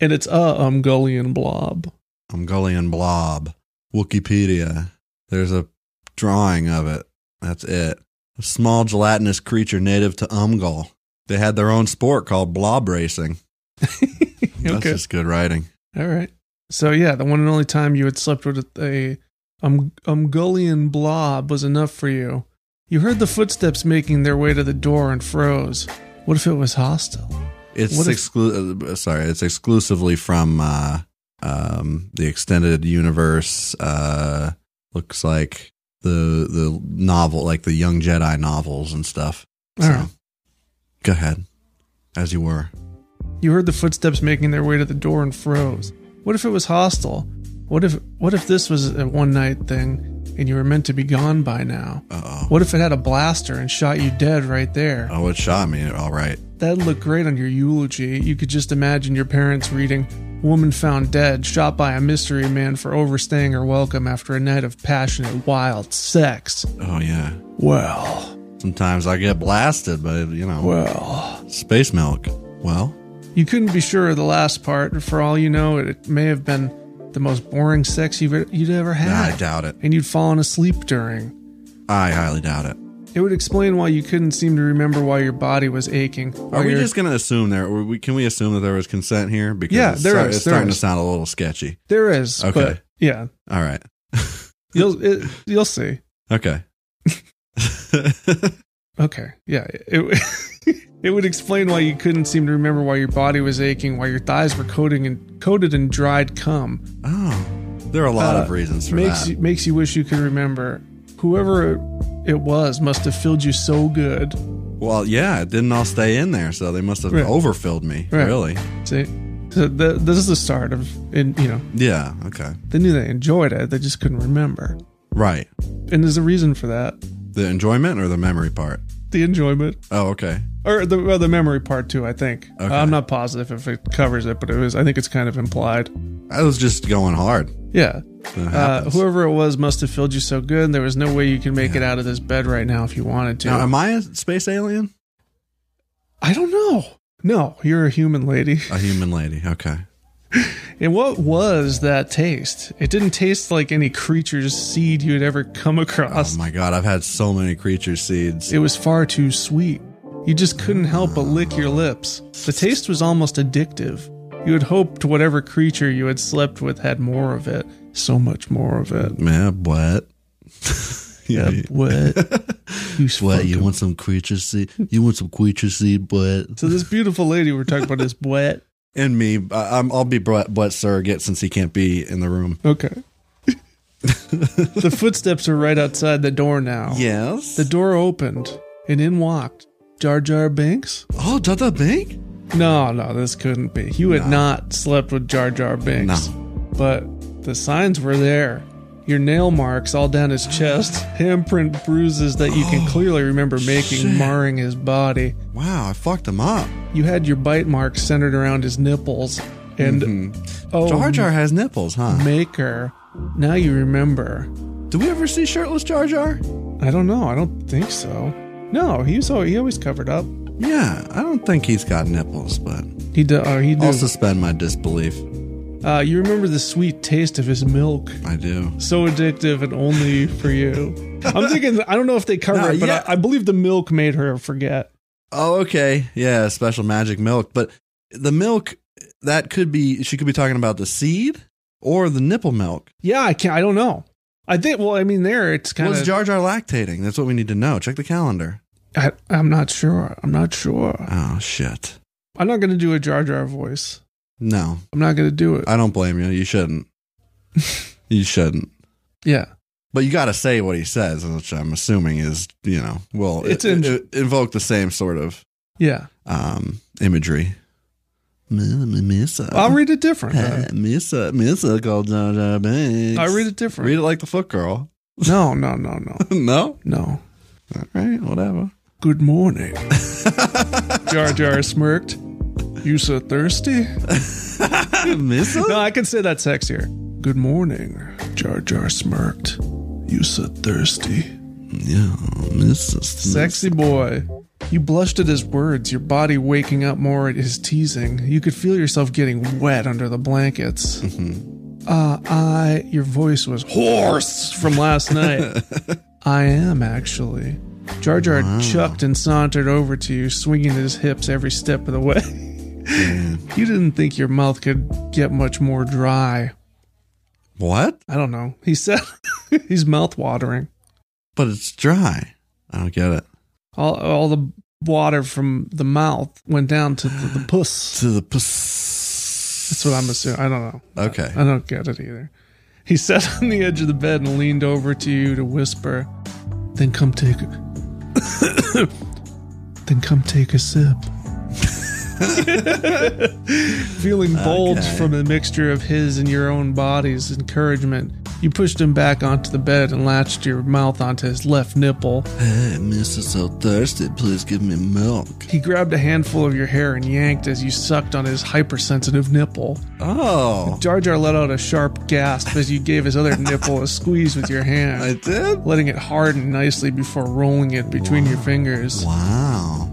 S1: and it's a um Gullion Blob.
S3: I'm Gullion Blob. Wikipedia. There's a drawing of it. That's it. A small gelatinous creature native to Umgul. They had their own sport called blob racing. That's
S1: Okay.
S3: just good writing.
S1: All right. So yeah, the one and only time you had slept with a um Umgullian Blob was enough for you. You heard the footsteps making their way to the door and froze. What if it was hostile?
S3: It's
S1: What if-
S3: exclu- uh, sorry, it's exclusively from uh, um, the extended universe. Uh, looks like the the novel, like the Young Jedi novels and stuff.
S1: All right.
S3: go ahead, as you were.
S1: You heard the footsteps making their way to the door and froze. What if it was hostile? What if what if this was a one night thing and you were meant to be gone by now?
S3: Uh oh.
S1: What if it had a blaster and shot you dead right there?
S3: Oh, it shot me. All right.
S1: That'd look great on your eulogy. You could just imagine your parents reading Woman found dead, shot by a mystery man for overstaying her welcome after a night of passionate wild sex.
S3: Oh yeah.
S1: Well,
S3: Sometimes I get blasted, but you know,
S1: well.
S3: space milk. Well,
S1: You couldn't be sure of the last part. For all you know, it may have been the most boring sex you've, e-, you'd ever had.
S3: I doubt it.
S1: And you'd fallen asleep during.
S3: I highly doubt it.
S1: It would explain why you couldn't seem to remember why your body was aching.
S3: Are
S1: why
S3: we
S1: your-
S3: just going to assume there? Or we, can we assume that there was consent here? Because
S1: Yeah,
S3: it's,
S1: there
S3: start-
S1: is,
S3: it's
S1: there
S3: starting
S1: is.
S3: to sound a little sketchy.
S1: There is.
S3: Okay.
S1: But yeah,
S3: All right.
S1: you'll it, you'll see.
S3: Okay.
S1: Okay. Yeah. It, it would explain why you couldn't seem to remember why your body was aching, why your thighs were coating and coated in dried cum.
S3: oh, there are a lot
S1: Uh,
S3: of reasons for
S1: makes
S3: that.
S1: you, makes you wish you could remember. Whoever it was must have filled you so good.
S3: well, yeah, it didn't all stay in there, so they must have
S1: Right.
S3: overfilled me.
S1: Right.
S3: Really?
S1: See, so th this is the start of, and you know,
S3: Yeah. Okay.
S1: they knew they enjoyed it, they just couldn't remember.
S3: Right.
S1: And there's a reason for that:
S3: The enjoyment or the memory part?
S1: the enjoyment
S3: Oh, okay.
S1: or the well, the memory part too. I think
S3: Okay.
S1: I'm not positive if it covers it, but it was. I think it's kind of implied.
S3: I was just going hard.
S1: Yeah.
S3: That
S1: Uh,
S3: happens.
S1: whoever it was must have filled you so good. There was no way you can make it out of this bed right now if you wanted to.
S3: now, am I a space alien?
S1: I don't know. No, you're a human lady.
S3: A human lady. Okay.
S1: And what was that taste? It didn't taste like any creature's seed you had ever come across.
S3: Oh my god, I've had so many creature seeds.
S1: It was far too sweet. You just couldn't help but lick your lips. The taste was almost addictive. You had hoped whatever creature you had slept with had more of it. So much more of it.
S3: yeah, what?
S1: Yeah, what? You
S3: What? You
S1: fucking-
S3: want some creature seed? You want some creature seed, but
S1: So this beautiful lady we're talking about is wet.
S3: and me. I, I'm, I'll be Brett, Brett surrogate since he can't be in the room.
S1: Okay. the footsteps are right outside the door now.
S3: Yes.
S1: The door opened, and in walked Jar Jar Binks.
S3: oh, Dada Bank?
S1: No, no, this couldn't be. You had not slept with Jar Jar Binks. But the signs were there. Your nail marks all down his chest, handprint bruises that you can clearly remember making,
S3: Oh, shit.
S1: marring his body.
S3: Wow, I fucked him up.
S1: You had your bite marks centered around his nipples. And oh,
S3: Mm-hmm. Jar Jar has nipples, huh?
S1: Maker, now you remember.
S3: Do we ever see shirtless Jar Jar?
S1: I don't know. I don't think so. No, he was always, he always covered up.
S3: Yeah, I don't think he's got nipples, but
S1: He do, oh, he
S3: I'll
S1: does.
S3: suspend my disbelief.
S1: Uh, you remember the sweet taste of his milk,
S3: I do.
S1: so addictive and only for you. I'm thinking. I don't know if they cover
S3: No,
S1: it, but
S3: yeah.
S1: I, I believe the milk made her forget.
S3: Oh, okay. Yeah, special magic milk. But the milk that could be she could be talking about the seed or the nipple milk.
S1: Yeah, I can't. I don't know. I think. Well, I mean, there it's kind
S3: What's
S1: of.
S3: Jar Jar lactating? That's what we need to know. Check the calendar.
S1: I, I'm not sure. I'm not sure.
S3: Oh shit.
S1: I'm not gonna do a Jar Jar voice.
S3: No,
S1: I'm not gonna do it.
S3: I don't blame you. You shouldn't. you shouldn't.
S1: yeah.
S3: But you got to say what he says, which I'm assuming is, you know, well,
S1: It's
S3: it,
S1: in-
S3: it- it invoke the same sort of
S1: Yeah.
S3: um, imagery. Missa,
S1: I'll read it different. then.
S3: Missa, Missa called Jar Jar Binks.
S1: I'll read it different.
S3: Read it like the foot girl.
S1: No, no, no, no,
S3: no?
S1: no.
S3: All right, whatever.
S1: Good morning. Jar Jar smirked. You so thirsty?
S3: Missa?
S1: No, I can say that sexier. Good morning. Jar Jar smirked. You so thirsty.
S3: Yeah, Missa.
S1: Sexy boy. You blushed at his words, your body waking up more at his teasing. You could feel yourself getting wet under the blankets. Uh, I. Your voice was hoarse from last night. I am, actually. Jar Jar chucked and sauntered over to you, swinging his hips every step of the way. you didn't think your mouth could get much more dry.
S3: What?
S1: I don't know. He said he's mouth watering.
S3: But it's dry. I don't get it.
S1: All, all the water from the mouth went down to the, the puss.
S3: To the puss.
S1: That's what I'm assuming. I don't know.
S3: Okay.
S1: I don't get it either. He sat on the edge of the bed and leaned over to you to whisper, "Then come take, then come take a sip." Feeling bold
S3: Okay.
S1: from the mixture of his and your own body's encouragement, you pushed him back onto the bed and latched your mouth onto his left nipple.
S3: Hey, Missa, so thirsty. Please give me milk.
S1: He grabbed a handful of your hair and yanked as you sucked on his hypersensitive nipple.
S3: Oh.
S1: Jar Jar let out a sharp gasp as you gave his other nipple a squeeze with your hand,
S3: I did?
S1: letting it harden nicely before rolling it between your fingers.
S3: Wow.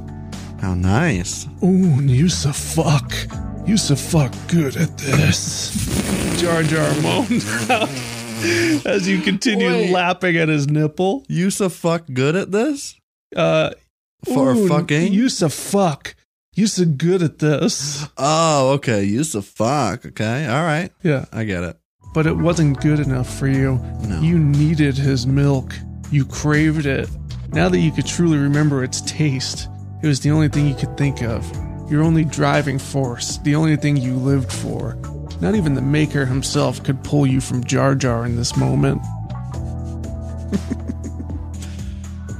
S3: How nice.
S1: Ooh, you so fuck. You so fuck good at this. Jar Jar moaned out as you continued
S3: Wait.
S1: lapping at his nipple.
S3: You so fuck good at this?
S1: Uh,
S3: For
S1: ooh,
S3: fucking?
S1: You so fuck. You so good at this.
S3: oh, okay. You so fuck. Okay. All right.
S1: Yeah.
S3: I get it.
S1: but it wasn't good enough for you.
S3: No.
S1: You needed his milk. You craved it. Now that you could truly remember its taste, it was the only thing you could think of. Your only driving force, the only thing you lived for. Not even the Maker himself could pull you from Jar Jar in this moment.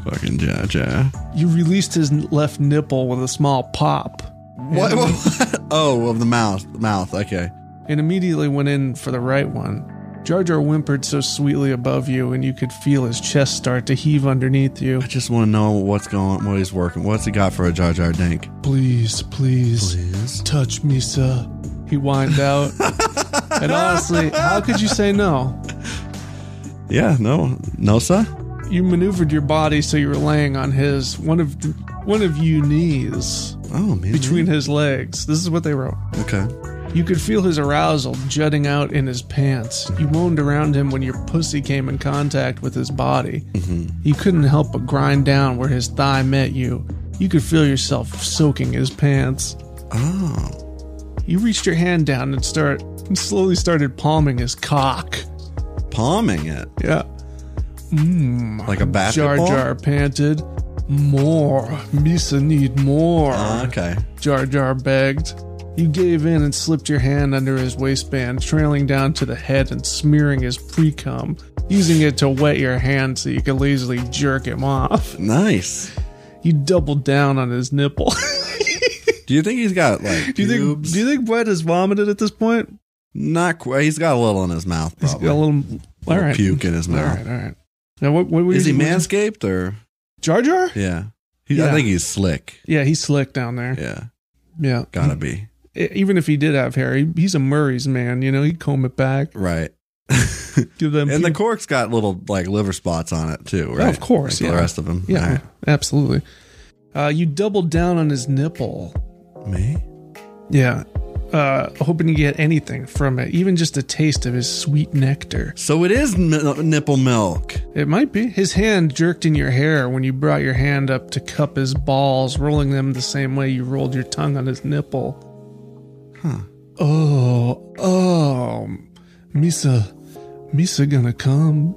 S3: Fucking Jar Jar.
S1: You released his n- left nipple with a small pop
S3: What? what? Oh, of the mouth. Mouth. Okay.
S1: and immediately went in for the right one. Jar Jar whimpered so sweetly above you, and you could feel his chest start to heave underneath you.
S3: I just want to know what's going what he's working. What's he got for a Jar Jar Dink?
S1: Please, please,
S3: Please.
S1: touch me, sir. He whined out. and honestly, how could you say no?
S3: Yeah, no. No, sir?
S1: You maneuvered your body so you were laying on his one of the, one of you knees
S3: Oh, man.
S1: between his legs. This is what they wrote.
S3: Okay.
S1: You could feel his arousal jutting out in his pants. You moaned around him when your pussy came in contact with his body.
S3: Mm-hmm.
S1: You couldn't help but grind down where his thigh met you. You could feel yourself soaking his pants.
S3: Oh.
S1: You reached your hand down and start and slowly started palming his cock.
S3: Palming it.
S1: Yeah.
S3: Like a
S1: Jar
S3: basketball.
S1: Jar panted. More. Misa need more.
S3: Oh, okay.
S1: Jar Jar begged. You gave in and slipped your hand under his waistband, trailing down to the head and smearing his pre cum, using it to wet your hand so you could lazily jerk him off.
S3: Nice.
S1: You doubled down on his nipple.
S3: Do you think he's got like
S1: do you think?
S3: pubes?
S1: Do you think Brett has vomited at this point?
S3: Not quite. He's got a little in his mouth.
S1: He's
S3: Probably.
S1: got a little. All right.
S3: puke in his
S1: All
S3: mouth.
S1: right. All right. Now what? What were
S3: Is he
S1: you? what-
S3: manscaped or?
S1: Jar Jar?
S3: Yeah. He, I
S1: Yeah.
S3: think he's slick.
S1: Yeah, he's slick down there.
S3: Yeah.
S1: Yeah.
S3: Gotta be.
S1: E- Even if he did have hair, he, he's a Murray's man. You know, he'd comb it back,
S3: Right.
S1: give them.
S3: and the
S1: puke-
S3: cork's got little like liver spots on it too, right?
S1: Oh, of course,
S3: Like
S1: yeah.
S3: The rest of them.
S1: yeah, absolutely. Uh, you doubled down on his nipple.
S3: All right. Me?
S1: Yeah. Uh, hoping to get anything from it, even just a taste of his sweet nectar.
S3: So it is mi- nipple milk.
S1: It might be. His hand jerked in your hair when you brought your hand up to cup his balls, rolling them the same way you rolled your tongue on his nipple. Huh. Oh, oh, Misa, Misa gonna come.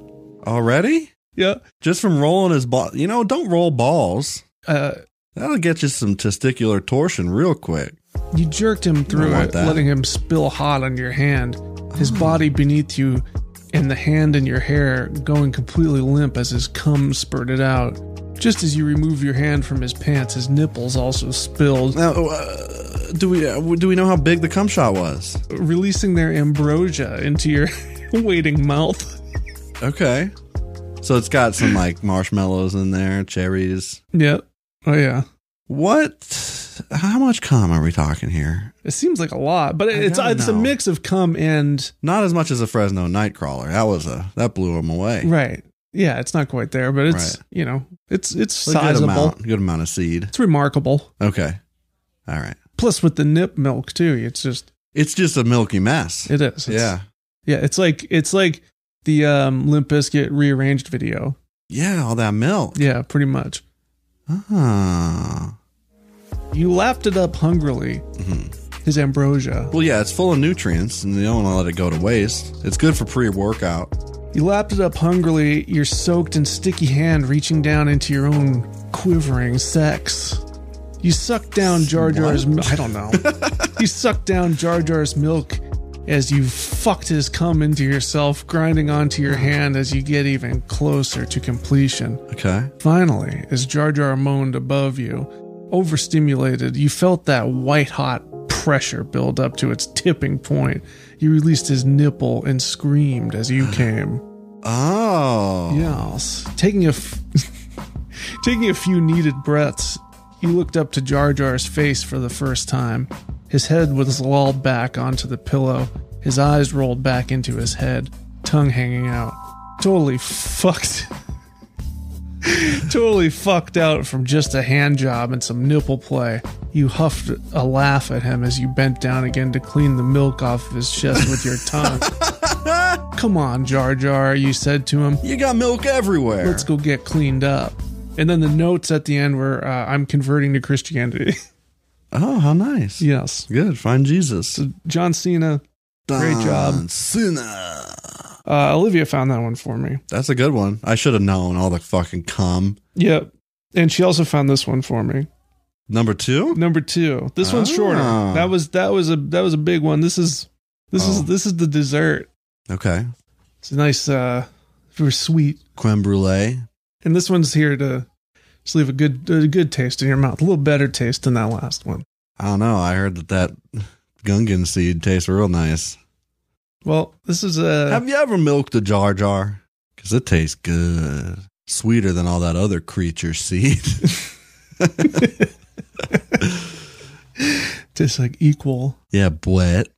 S3: Already?
S1: Yeah.
S3: Just from rolling his ball. You know, don't roll balls.
S1: Uh,
S3: That'll get you some testicular torsion real quick.
S1: You jerked him through
S3: want
S1: it,
S3: that.
S1: letting him spill hot on your hand, his body beneath you, and the hand in your hair going completely limp as his cum spurted out. Just as you remove your hand from his pants, his nipples also spilled,
S3: Now, uh, do we uh, do we know how big the cum shot was?
S1: releasing their ambrosia into your waiting mouth.
S3: Okay. So it's got some like marshmallows in there, cherries.
S1: Yep. Oh, yeah.
S3: What? How much cum are we talking here?
S1: It seems like a lot, but it's
S3: don't
S1: it's a
S3: know.
S1: mix of cum and
S3: Not as much as a Fresno Nightcrawler. That was a that blew him away.
S1: right. Yeah, it's not quite there, but it's
S3: Right.
S1: you know it's it's
S3: It's a Good
S1: sizable.
S3: amount, good amount of seed.
S1: It's remarkable.
S3: Okay. All right.
S1: Plus, with the nip milk too, it's just
S3: It's just a milky mess.
S1: It is. It's,
S3: yeah.
S1: Yeah. It's like it's like the um Limp Bizkit rearranged video.
S3: Yeah, all that milk.
S1: Yeah, pretty much.
S3: Ah.
S1: You lapped it up hungrily. His ambrosia.
S3: Well, yeah, it's full of nutrients and you don't want to let it go to waste. It's good for pre workout.
S1: You lapped it up hungrily, your soaked and sticky hand reaching down into your own quivering sex. You sucked down Jar Jar's milk. I don't know. you sucked down Jar Jar's milk as you fucked his cum into yourself, grinding onto your hand as you get even closer to completion.
S3: Okay.
S1: Finally, as Jar Jar moaned above you, overstimulated, you felt that white hot pressure build up to its tipping point. You released his nipple and screamed as you came.
S3: Oh.
S1: Yes. Taking a f- taking a few needed breaths, you looked up to Jar Jar's face for the first time. His head was lolled back onto the pillow, his eyes rolled back into his head, tongue hanging out. Totally fucked. totally fucked out from just a hand job and some nipple play. You huffed a laugh at him as you bent down again to clean the milk off of his chest with your tongue. Come on, Jar Jar, you said to him.
S3: You got milk everywhere.
S1: Let's go get cleaned up. And then the notes at the end were, uh, I'm converting to Christianity.
S3: Oh, how nice.
S1: yes.
S3: Good. Find Jesus.
S1: John Cena. Great job.
S3: Don Cena.
S1: Uh, Olivia found that one for me.
S3: That's a good one. I should have known all the fucking cum.
S1: Yep. And she also found this one for me.
S3: Number two?
S1: Number two. This one's shorter.
S3: Ah.
S1: That was that was a that was a big one. This is this
S3: Oh.
S1: is this is the dessert.
S3: Okay.
S1: It's a nice uh very sweet.
S3: Creme brulee.
S1: And this one's here to just leave a good a good taste in your mouth. A little better taste than that last one.
S3: I don't know. I heard that that Gungan seed tastes real nice.
S1: Well, this is a
S3: Have you ever milked a jar jar? Because it tastes good. Sweeter than all that other creature seed.
S1: tastes like equal.
S3: yeah, wet.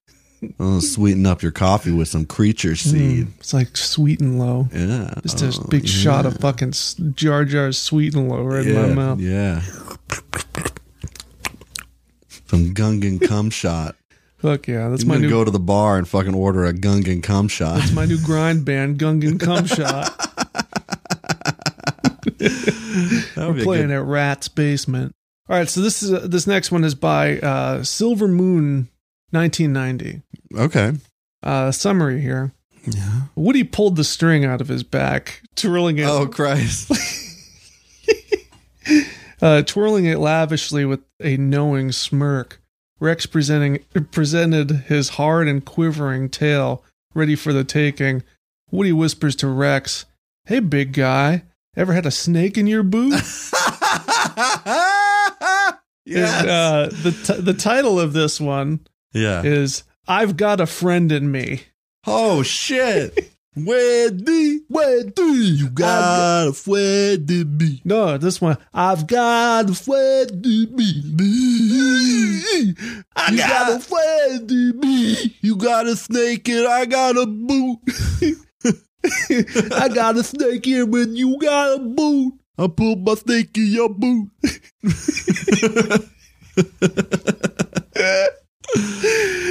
S3: Oh, sweeten up your coffee with some creature seed.
S1: Mm, it's like sweet and low.
S3: Yeah.
S1: Just a
S3: Oh,
S1: big
S3: yeah.
S1: shot of fucking s- Jar Jar's sweet and low right
S3: Oh, yeah,
S1: in my mouth.
S3: Yeah. Some Gungan cum shot.
S1: Fuck yeah, that's
S3: I'm
S1: my
S3: gonna
S1: new
S3: go to the bar and fucking order a Gungan cum shot.
S1: that's my new grind band, Gungan Cum Shot.
S3: That would
S1: We're
S3: be a
S1: playing
S3: good-
S1: at Rat's basement. All right, so this is uh, this next one is by uh, Silver Moon, 1990.
S3: Okay.
S1: Uh, summary here.
S3: Yeah.
S1: Woody pulled the string out of his back, twirling it,
S3: Oh Christ.
S1: uh, twirling it lavishly with a knowing smirk. Rex presenting presented his hard and quivering tail, ready for the taking. Woody whispers to Rex, "Hey, big guy, ever had a snake in your boot?"
S3: yes.
S1: And, uh, the t- the title of this one
S3: yeah.
S1: is "I've Got a Friend in Me."
S3: oh shit. Wendy, Wendy, you got a friend in me.
S1: No, this one. I've got a friend in me.
S3: I
S1: You
S3: got,
S1: got
S3: a friend in me. You got a snake and I got a boot.
S4: I got a snake in when you got a boot.
S3: I put my snake in your boot.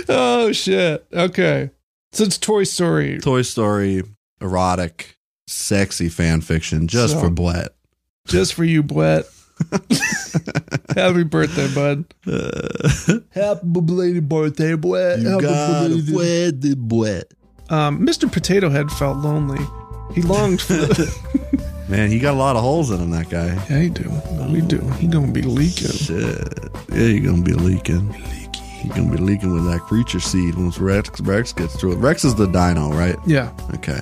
S1: Oh shit. Okay. Since Toy Story,
S3: Toy Story, erotic, sexy fan fiction just
S1: So-
S3: for Blet.
S1: just for you, Brett. Happy birthday, bud.
S4: Happy belated birthday, boy. Happy belated-
S3: wedded Blet.
S1: Um, Mr. Potato Head felt lonely. He longed for. The-
S3: Man, he got a lot of holes in him, that guy.
S1: yeah, he do. We do. He gonna be leaking.
S3: Shit. Yeah, you're going to be leaking. You're going to be leaking with that creature seed once Rex, Rex gets through it. Rex is the dino, right?
S1: Yeah.
S3: Okay.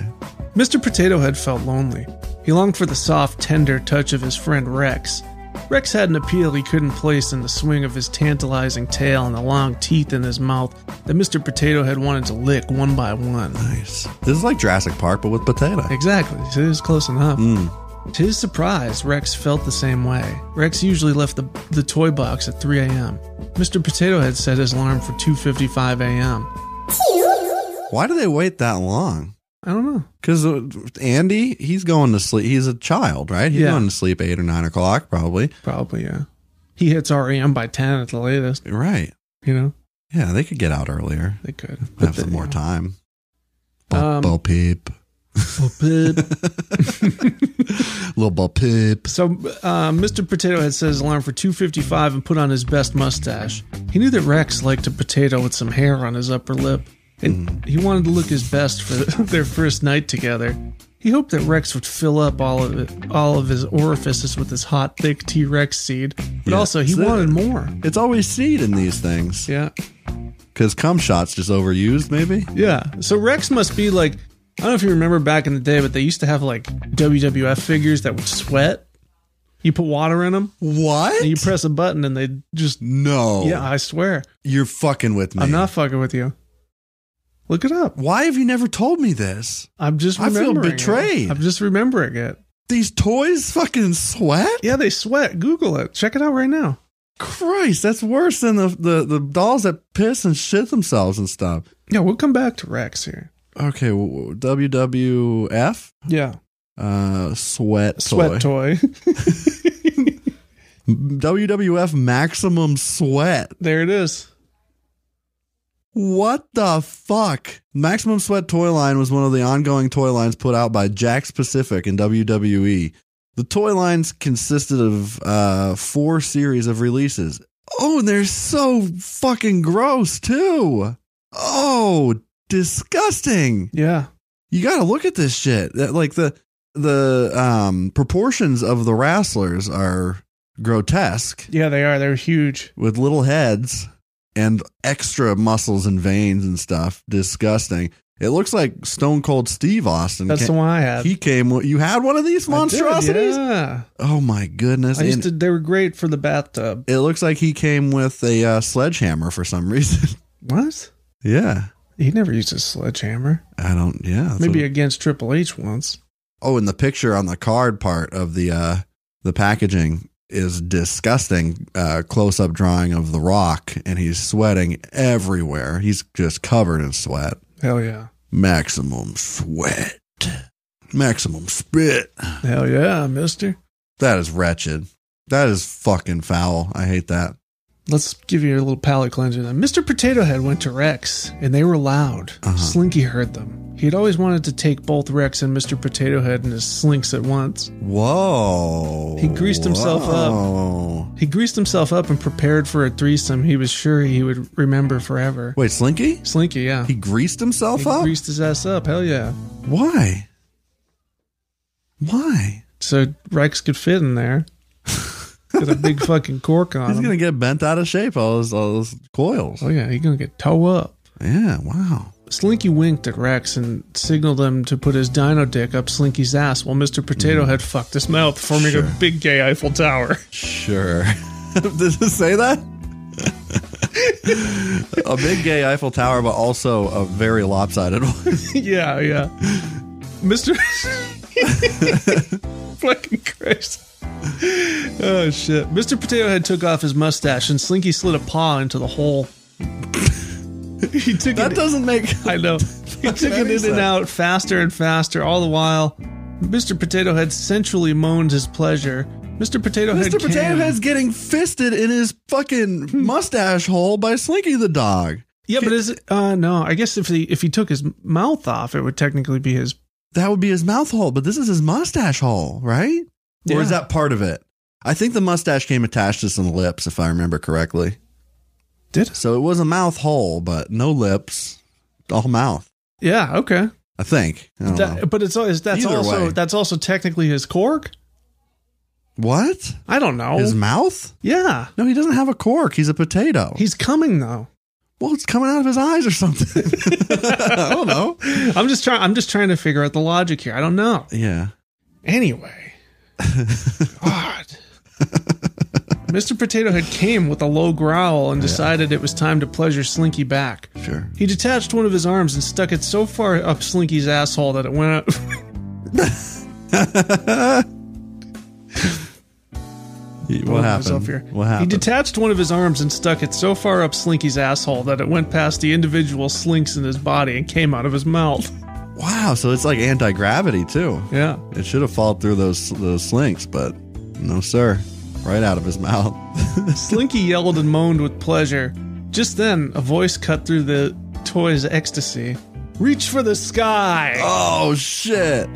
S1: Mr. Potato Head felt lonely. He longed for the soft, tender touch of his friend Rex. Rex had an appeal he couldn't place in the swing of his tantalizing tail and the long teeth in his mouth that Mr. Potato Head wanted to lick one by one.
S3: Nice. This is like Jurassic Park, but with potato.
S1: Exactly, so it was close enough.
S3: Hmm.
S1: To his surprise, Rex felt the same way. Rex usually left the, the toy box at 3 a.m. Mr. Potato Head set his alarm for 2.55 a.m.
S3: Why do they wait that long?
S1: I don't know.
S3: Because Andy, he's going to sleep. He's a child, right? He's
S1: Yeah.
S3: going to sleep eight or nine o'clock, probably.
S1: Probably, yeah. He hits REM by 10 at the latest,
S3: Right.
S1: you know?
S3: Yeah, they could get out earlier.
S1: They could.
S3: have some more
S1: time.
S3: time. Bo,
S1: Um,
S3: bo peep. Little bo peep.
S1: So, uh, Mr. Potato Head set his alarm for 2:55 and put on his best mustache. He knew that Rex liked a potato with some hair on his upper lip, and
S3: Mm.
S1: he wanted to look his best for their first night together. He hoped that Rex would fill up all of it, all of his orifices with his hot, thick T-Rex seed, but
S3: Yeah,
S1: also he
S3: it's there.
S1: wanted more.
S3: It's always seed in these things
S1: Yeah,
S3: because cum shots just overused, maybe.
S1: yeah. So Rex must be like, I don't know if you remember back in the day, but they used to have like WWF figures that would sweat. You put water in them,
S3: What?
S1: and you press a button, and they just
S3: no.
S1: Yeah, I swear.
S3: You're fucking with me.
S1: I'm not fucking with you. Look it up.
S3: Why have you never told me this?
S1: I'm just
S3: I feel
S1: remembering it.
S3: betrayed.
S1: I'm just remembering it.
S3: These toys fucking sweat?
S1: Yeah, they sweat. Google it. Check it out right now.
S3: Christ, that's worse than the, the, the dolls that piss and shit themselves and stuff.
S1: Yeah, we'll come back to Rex here.
S3: Okay, w- w- WWF?
S1: Yeah.
S3: Uh, sweat toy.
S1: Sweat toy.
S3: WWF Maximum Sweat.
S1: there it is.
S3: What the fuck? Maximum Sweat toy line was one of the ongoing toy lines put out by Jax Pacific in WWE. The toy lines consisted of uh, four series of releases. Oh, and they're so fucking gross too. Oh, disgusting.
S1: Yeah.
S3: You got to look at this shit. That- Like the the um, proportions of the wrestlers are grotesque
S1: Yeah, they are. They're huge.
S3: with little heads and extra muscles and veins and stuff. Disgusting. It looks like Stone Cold Steve Austin.
S1: That's
S3: ca-
S1: the one I had.
S3: He came. with- You had one of these
S1: I did,
S3: monstrosities.
S1: yeah.
S3: Oh my goodness!
S1: I used
S3: And
S1: to, they were great for the bathtub.
S3: it looks like he came with a uh, sledgehammer for some reason.
S1: What?
S3: yeah,
S1: He never used a sledgehammer.
S3: I don't. Yeah, that's
S1: Maybe
S3: what-
S1: against Triple H once.
S3: oh, and the picture on the card part of the uh, the packaging is disgusting. Uh, Close up drawing of the Rock, and he's sweating everywhere. He's just covered in sweat.
S1: Hell yeah.
S3: maximum sweat, maximum spit.
S1: Hell yeah, mister.
S3: That is wretched. That is fucking foul. I hate that.
S1: Let's give you a little palate cleanser then. Mr. Potato Head went to Rex, and they were loud.
S3: Uh-huh.
S1: Slinky heard them. He had always wanted to take both Rex and Mr. Potato Head in his slinks at once.
S3: Whoa.
S1: He greased himself up.
S3: Whoa.
S1: He greased himself up and prepared for a threesome he was sure he would remember forever.
S3: Wait, Slinky?
S1: Slinky, yeah.
S3: He greased himself
S1: He
S3: up?
S1: greased his ass up, hell yeah.
S3: Why? Why?
S1: So Rex could fit in there. Got a big fucking cork on
S3: He's
S1: him.
S3: gonna get bent out of shape. All those all those coils.
S1: Oh yeah, he's gonna get toe up.
S3: Yeah. Wow.
S1: Slinky winked at Rex and signaled him to put his dino dick up Slinky's ass while Mr. Potato Head fucked his mouth, forming
S3: Mm. Sure.
S1: a big gay Eiffel Tower.
S3: Sure. Does it say that? a big gay Eiffel Tower, but also a very lopsided one.
S1: yeah, yeah. Mr. Fucking Christ. Oh, shit. Mr. Potato Head took off his mustache and Slinky slid a paw into the hole. he took
S3: That
S1: it.
S3: doesn't make.
S1: I know. He took it in
S3: any
S1: and
S3: sense.
S1: out faster and faster, all the while. Mr. Potato Head sensually moaned his pleasure. Mr. Potato Head.
S3: Mr. Potato
S1: can.
S3: Head's getting fisted in his
S1: Hmm.
S3: fucking mustache hole by Slinky the dog.
S1: Yeah, but is it? Uh, no, I guess if he if he took his mouth off, it would technically be his.
S3: That would be his mouth hole, but this is his mustache hole, right? Or is
S1: Yeah.
S3: that part of it? I think the mustache came attached to some lips, if I remember correctly.
S1: Did it?
S3: So it was a mouth hole, but no lips, all mouth.
S1: Yeah. Okay.
S3: I think. I don't know.
S1: That, but it's always that's
S3: Either
S1: also
S3: way.
S1: that's also technically his cork.
S3: What?
S1: I don't know.
S3: His mouth?
S1: yeah,
S3: No, he doesn't have a cork. He's a potato.
S1: he's coming though.
S3: well, it's coming out of his eyes or something. I don't know.
S1: I'm just trying. I'm just trying to figure out the logic here. I don't know.
S3: Yeah.
S1: Anyway, God. Mr. Potato Head came with a low growl and decided it was time to pleasure Slinky back.
S3: Sure.
S1: He detached one of his arms and stuck it so far up Slinky's asshole that it went up.
S3: What happened?
S1: myself here.
S3: What happened?
S1: He detached one of his arms and stuck it so far up Slinky's asshole that it went past the individual slinks in his body and came out of his mouth.
S3: wow. So it's like anti gravity too.
S1: Yeah.
S3: It should have fallen through those those slinks, but no, sir. Right out of his mouth.
S1: Slinky yelled and moaned with pleasure. Just then, a voice cut through the toy's ecstasy. Reach for the sky!
S3: Oh shit!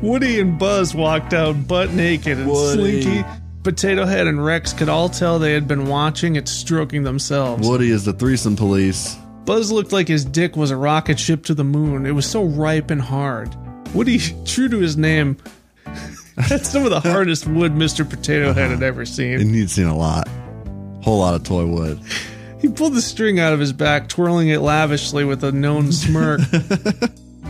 S1: Woody and Buzz walked out butt naked, and
S3: Woody.
S1: Slinky, Potato Head, and Rex could all tell they had been watching it stroking themselves.
S3: Woody is the threesome police.
S1: Buzz looked like his dick was a rocket ship to the moon. It was so ripe and hard. Woody, true to his name, had some of the hardest wood Mr. Potato Head had ever seen.
S3: And you'd seen a lot, whole lot of toy wood.
S1: He pulled the string out of his back, twirling it lavishly with a known smirk.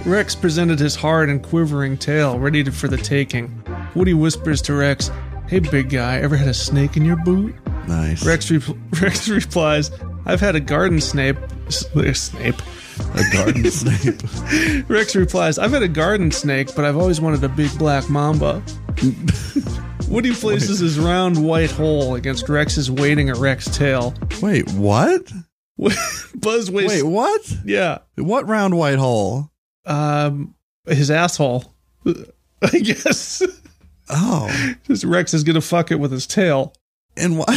S1: Rex presented his hard and quivering tail, ready to- for the taking. Woody whispers to Rex, Hey, big guy, ever had a snake in your boot?
S3: Nice.
S1: Rex, repl Rex replies, I've had a garden snape. S- snape.
S3: a garden snake.
S1: Rex replies, I've had a garden snake, but I've always wanted a big black mamba. Woody places his round white hole against Rex's waiting at Rex tail.
S3: Wait, what?
S1: Buzz waits.
S3: Wait, what?
S1: yeah.
S3: What round white hole?
S1: Um, his asshole. I guess.
S3: Oh,
S1: This Rex is going to fuck it with his tail.
S3: and why?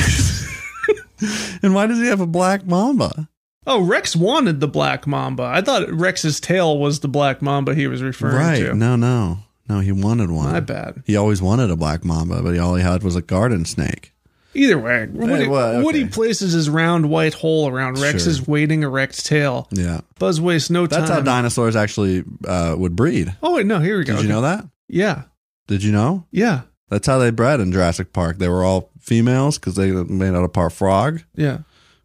S3: and why does he have a black mamba?
S1: Oh, Rex wanted the black mamba. I thought Rex's tail was the black mamba he was referring
S3: Right?
S1: to.
S3: No, uh, no, no. He wanted one.
S1: My bad.
S3: He always wanted a black mamba, but he all he had was a garden snake.
S1: Either way, Woody,
S3: well,
S1: Woody
S3: okay.
S1: places his round white hole around Rex's waiting erect tail.
S3: Yeah.
S1: Buzz wastes no time.
S3: That's how dinosaurs actually uh, would breed.
S1: Oh wait, no, here we go.
S3: Did you know that?
S1: Yeah,
S3: Did you know?
S1: yeah,
S3: That's how they bred in Jurassic Park. They were all females because they were made out of par frog.
S1: yeah.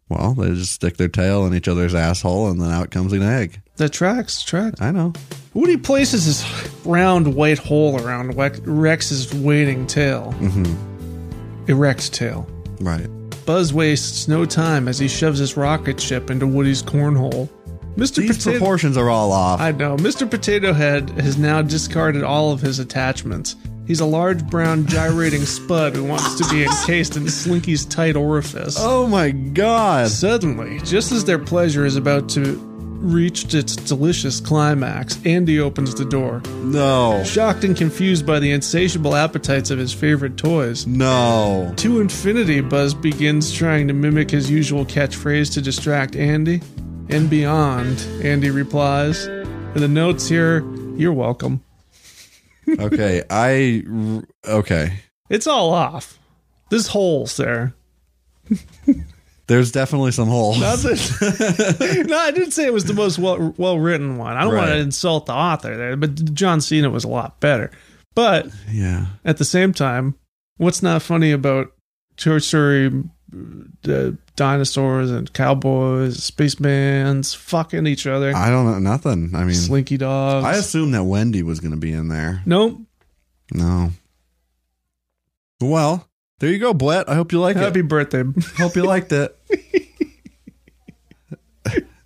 S3: Well, they just stick their tail in each other's asshole, and then out comes an egg.
S1: That tracks, tracks.
S3: I know.
S1: Woody places his round white hole around Wex- Rex's waiting tail.
S3: Mm-hmm.
S1: Erect tail.
S3: Right.
S1: Buzz wastes no time as he shoves his rocket ship into Woody's cornhole. Mr.
S3: These
S1: Potato-
S3: proportions are all off.
S1: I know. Mr. Potato Head has now discarded all of his attachments. He's a large brown gyrating spud who wants to be encased in Slinky's tight orifice.
S3: oh my god!
S1: Suddenly, just as their pleasure is about to reach its delicious climax, Andy opens the door.
S3: No,
S1: Shocked and confused by the insatiable appetites of his favorite toys,
S3: no.
S1: to infinity, Buzz begins trying to mimic his usual catchphrase to distract Andy. And beyond, Andy replies. And the notes here, you're welcome.
S3: Okay, I. Okay,
S1: It's all off. This hole's there.
S3: there's definitely some holes.
S1: That's it. no, I didn't say it was the most well well written one. I don't want to
S3: Right.
S1: insult the author there, but John Cena was a lot better. But
S3: yeah.
S1: at the same time, what's not funny about short story uh, dinosaurs and cowboys, spacemans fucking each other,
S3: I don't know nothing. I mean,
S1: slinky dogs.
S3: I assumed that Wendy was going to be in there.
S1: nope.
S3: No. Well, there you go, Blett. I hope you like
S1: Happy
S3: it.
S1: birthday.
S3: Hope you liked it.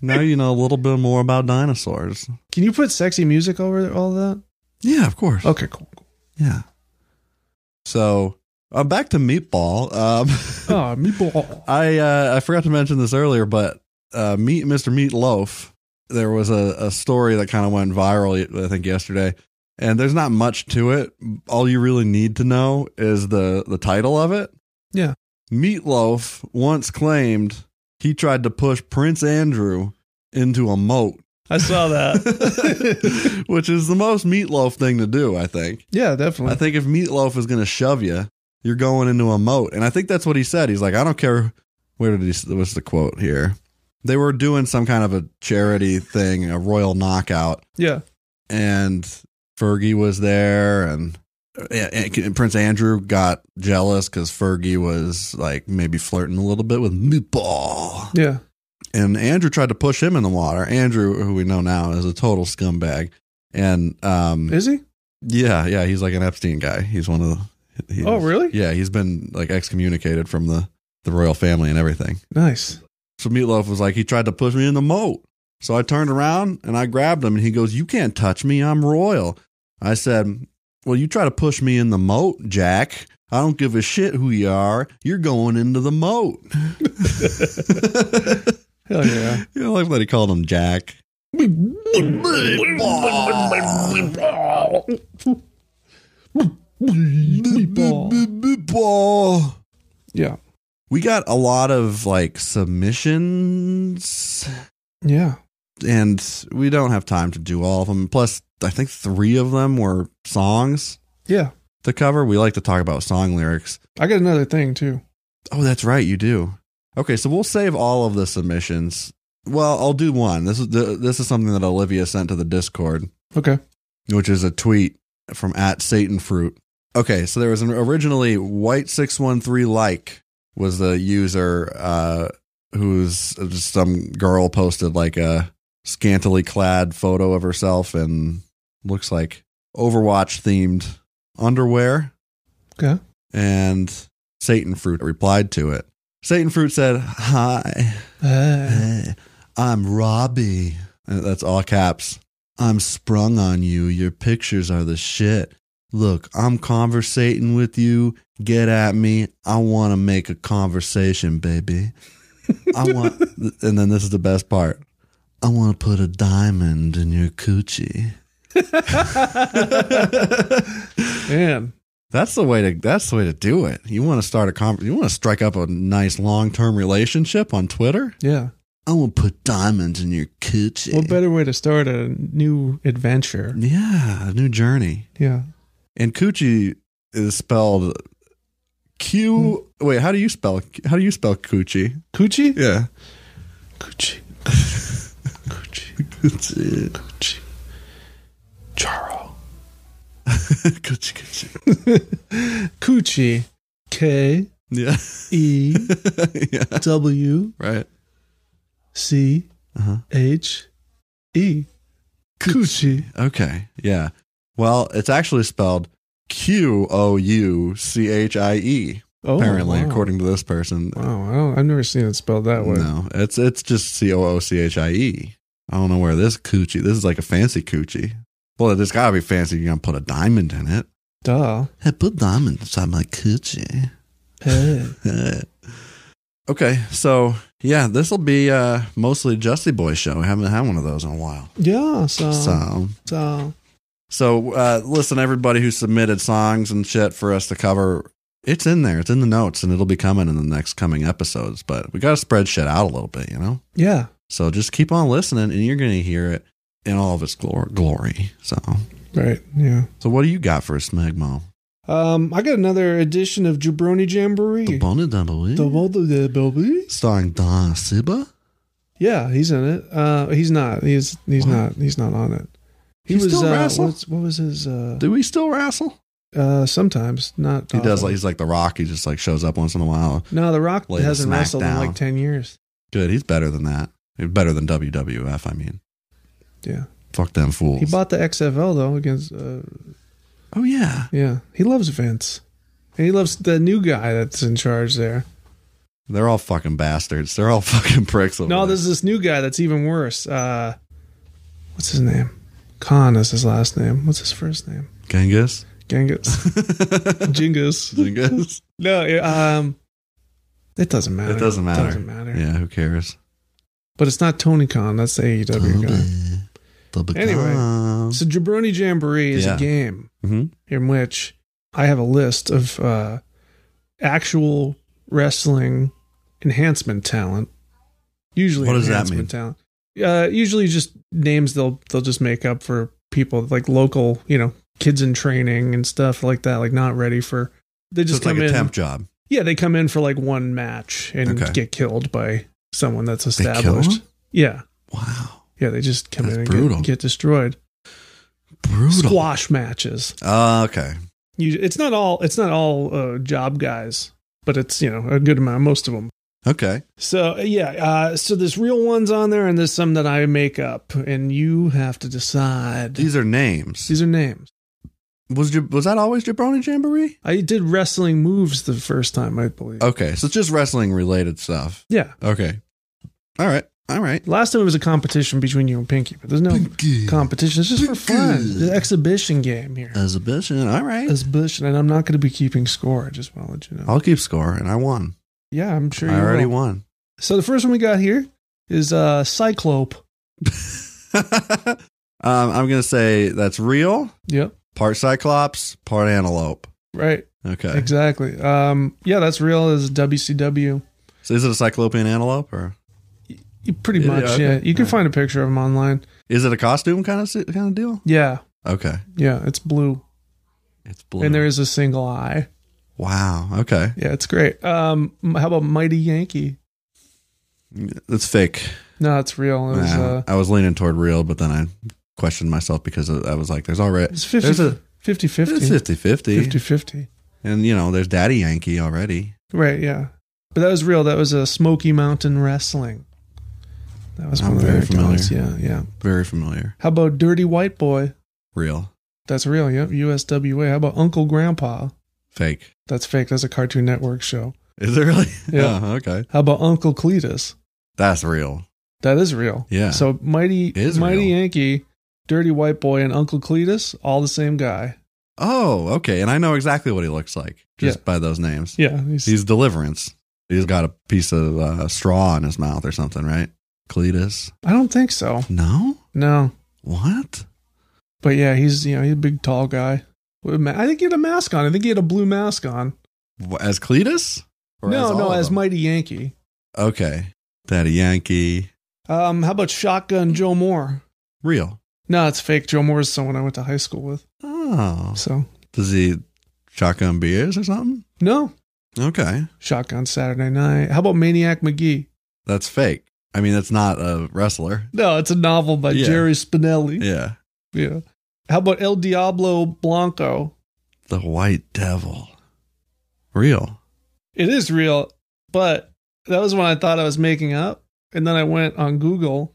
S3: now you know a little bit more about dinosaurs.
S1: Can you put sexy music over all that?
S3: Yeah, of course.
S1: Okay, cool. cool.
S3: Yeah. Oh. So uh, back to meatball. Um,
S1: Oh, meatball.
S3: I uh, I forgot to mention this earlier, but uh, meet Mr. Meatloaf. There was a, a story that kind of went viral, I think, yesterday. And there's not much to it. All you really need to know is the the title of it.
S1: Yeah.
S3: Meatloaf once claimed he tried to push Prince Andrew into a moat,
S1: I saw that.
S3: which is the most Meatloaf thing to do, I think.
S1: yeah, definitely.
S3: I think if Meatloaf is going to shove you, you're going into a moat. And I think that's what he said. He's like, I don't care. Where did he? What's the quote here? They were doing some kind of a charity thing, a royal knockout,
S1: yeah.
S3: and Fergie was there, and, and, and Prince Andrew got jealous because Fergie was like maybe flirting a little bit with Meatball,
S1: Yeah.
S3: and Andrew tried to push him in the water. Andrew, who we know now, is a total scumbag, and um,
S1: Is he?
S3: yeah, yeah, he's like an Epstein guy. He's one of the. he-
S1: Oh, really?
S3: Yeah, he's been like excommunicated from the the royal family and everything.
S1: Nice.
S3: So Meatloaf was like, he tried to push me in the moat. So I turned around and I grabbed him, and he goes, "You can't touch me. I'm royal." I said, "Well, you try to push me in the moat, Jack. I don't give a shit who you are. You're going into the moat."
S1: Hell yeah.
S3: you know, like that he called him Jack.
S1: Meatball. Yeah.
S3: We got a lot of like submissions,
S1: Yeah.
S3: and we don't have time to do all of them. Plus, I think three of them were songs
S1: Yeah.
S3: to cover. We like to talk about song lyrics.
S1: I got another thing too.
S3: Oh, that's right, you do. Okay, so we'll save all of the submissions. Well, I'll do one. This is the, this is something that Olivia sent to the Discord.
S1: Okay.
S3: which is a tweet from at Satan Fruit. Okay, so there was an originally White Six One Three like was the user uh, who's just some girl posted like a scantily clad photo of herself and looks like Overwatch themed underwear
S1: Okay.
S3: and Satan Fruit replied to it. Satan Fruit said, "Hi,
S1: Uh,
S3: Hey, I'm Robbie. Uh, That's all caps. I'm sprung on you. Your pictures are the shit. Look, I'm conversating with you. Get at me. I want to make a conversation, baby. I want, and then this is the best part. I want to put a diamond in your coochie.
S1: man.
S3: That's the way to. That's the way to do it. You want to start a con. You want to strike up a nice long term relationship on Twitter.
S1: Yeah.
S3: I want to put diamonds in your coochie.
S1: What better way to start a new adventure?
S3: Yeah, a new journey.
S1: Yeah.
S3: And coochie is spelled Q.
S1: Hmm.
S3: Wait, how do you spell? How do you spell coochie?
S1: Coochie?
S3: Yeah,
S1: Coochie. Coochie.
S3: coochie,
S1: Coochie. Charo.
S3: coochie, coochie.
S1: Coochie. K
S3: Yeah,
S1: E
S3: yeah,
S1: W
S3: right.
S1: C
S3: Uh-huh.
S1: H E. Coochie.
S3: Okay, yeah. Well, it's actually spelled Q O U C H I E.
S1: Oh,
S3: Apparently,
S1: wow.
S3: according to this person,
S1: Wow, I don't, I've never seen it spelled that way.
S3: no, it's it's just C O O C H I E. I don't know where this coochie. This is like a fancy coochie. Well, it's got to be fancy. You're gonna put a diamond in it.
S1: Duh.
S3: I put diamonds inside my coochie.
S1: Hey.
S3: okay, so yeah, this will be uh, mostly Justy Boy show. I haven't had one of those in a while.
S1: Yeah, so, so.
S3: So, so uh, listen, everybody who submitted songs and shit for us to cover, it's in there. It's in the notes, and it'll be coming in the next coming episodes. But we got to spread shit out a little bit, you know.
S1: Yeah.
S3: So just keep on listening, and you're gonna hear it in all of its glor- glory. So,
S1: Right. Yeah.
S3: so what do you got for a smegmo?
S1: Um, I got another edition of Jabroni Jamboree.
S3: The bonnet double,
S1: The Bold of the Baby.
S3: starring Don Siba.
S1: Yeah, he's in it. Uh, he's not. He's he's
S3: What?
S1: not. He's not on it. He
S3: He's
S1: was.
S3: still
S1: uh,
S3: Russell?
S1: what's, what was his? Uh,
S3: Do we still wrestle?
S1: Uh, sometimes not.
S3: He does
S1: often.
S3: like he's like the Rock. He just like shows up once in a while.
S1: No, The Rock
S3: Lay the
S1: hasn't
S3: smack
S1: wrestled in
S3: down.
S1: like ten years.
S3: Good. He's better than that. He's better than WWF. I mean,
S1: Yeah,
S3: fuck them fools.
S1: he bought the XFL though against. Uh,
S3: oh yeah,
S1: yeah, he loves Vince, and he loves the new guy that's in charge there.
S3: they're all fucking bastards. They're all fucking pricks. Over
S1: No,
S3: there.
S1: there's this new guy that's even worse. Uh, what's his name? Khan is his last name. What's his first name?
S3: Genghis.
S1: Genghis. Genghis.
S3: Genghis.
S1: No, it, um, it doesn't matter.
S3: It doesn't matter.
S1: Doesn't matter.
S3: Yeah, who cares?
S1: But it's not Tony Khan. That's the AEW guy. Anyway, So Jabroni Jamboree is
S3: Yeah.
S1: a game
S3: hmm
S1: in which I have a list of uh, actual wrestling enhancement talent. Usually,
S3: What does that
S1: enhancement Talent. Uh, usually, just names they'll they'll just make up for people like local, you know, kids in training and stuff like that. Like not ready for they
S3: just
S1: just
S3: like
S1: come
S3: a
S1: in.
S3: temp job.
S1: Yeah, they come in for like one match and
S3: Okay.
S1: get killed by someone that's
S3: They kill
S1: established.
S3: him?
S1: Yeah,
S3: Wow,
S1: yeah, they just come
S3: That's
S1: in and
S3: brutal.
S1: get, get destroyed.
S3: brutal.
S1: Squash matches.
S3: Oh, okay.
S1: You, it's not all. It's not all uh, job guys, but it's you know a good amount, most of them.
S3: Okay.
S1: So yeah, uh, so there's real ones on there, and there's some that I make up, and you have to decide. These,
S3: These are names.
S1: are names.
S3: was Jab- was that always Jabroni Jamboree?
S1: I did wrestling moves the first time, I believe.
S3: Okay, so it's just wrestling related stuff.
S1: Yeah,
S3: Okay. All right. All right.
S1: last time it was a competition between you and Pinky, but there's no competition. It's just for fun. It's an exhibition game here.
S3: As a bitch, and all right.
S1: As Bush, and I'm not going to be keeping score. I just want to let you know.
S3: I'll keep score, and I won.
S1: yeah, I'm sure you
S3: Oh. I already
S1: will.
S3: won.
S1: So the first one we got here is uh, Cyclope.
S3: um, I'm gonna say that's real.
S1: Yep.
S3: Part Cyclops, part antelope.
S1: Right.
S3: Okay.
S1: Exactly. Um, yeah, that's real as WCW.
S3: So is it a cyclopean antelope, or
S1: You- Pretty
S3: Yeah,
S1: much,
S3: yeah,
S1: yeah.
S3: okay.
S1: You can find a picture of him online.
S3: is it a costume kind of si- kind of deal?
S1: Yeah,
S3: Okay.
S1: yeah, it's blue,
S3: It's blue.
S1: and there is a single eye.
S3: wow. Okay.
S1: Yeah, it's great. Um, m- how about Mighty Yankee?
S3: That's fake.
S1: No, it's real. It was,
S3: Nah,
S1: uh,
S3: I was leaning toward real, but then I questioned myself because I was like, "There's already
S1: it's
S3: there's
S1: 50,
S3: a
S1: 50, 50,
S3: 50 50
S1: 50.
S3: and you know there's Daddy Yankee already."
S1: Right, yeah. But that was real. That was a Smoky Mountain Wrestling. That was
S3: I'm
S1: one of
S3: very
S1: their accounts.
S3: familiar.
S1: Yeah, yeah.
S3: Very familiar.
S1: How about Dirty White Boy?
S3: Real,
S1: That's real. Yep. USWA. How about Uncle Grandpa?
S3: fake.
S1: That's fake. That's a Cartoon Network show.
S3: Is it really?
S1: Yeah.
S3: Oh, okay,
S1: How about Uncle Cletus?
S3: that's real.
S1: That is real.
S3: Yeah.
S1: So Mighty
S3: It is
S1: Mighty
S3: real.
S1: Yankee, Dirty White Boy, and Uncle Cletus, all the same guy.
S3: Oh, okay. And I know exactly what he looks like just
S1: Yeah.
S3: by those names.
S1: Yeah. He's,
S3: He's Deliverance. He's got a piece of uh, straw in his mouth or something, right? Cletus.
S1: I don't think so.
S3: No.
S1: No.
S3: What?
S1: But yeah, he's you know, he's a big tall guy. With a ma- I think he had a mask on. I think he had a blue mask on.
S3: Wh- As Cletus? Or
S1: no,
S3: all
S1: no,
S3: of
S1: as
S3: them?
S1: Mighty Yankee.
S3: Okay. Daddy Yankee.
S1: Um, how about Shotgun Joe Moore?
S3: Real.
S1: No, it's fake. Joe Moore is someone I went to high school with.
S3: Oh.
S1: So
S3: Does he shotgun beers or something?
S1: no,
S3: Okay.
S1: Shotgun Saturday Night. How about Maniac McGee?
S3: That's fake. I mean, that's not a wrestler.
S1: No, it's a novel by
S3: Yeah.
S1: Jerry Spinelli.
S3: Yeah.
S1: Yeah. How about El Diablo Blanco?
S3: The White Devil. Real.
S1: It is real, but that was when I thought I was making up. And then I went on Google,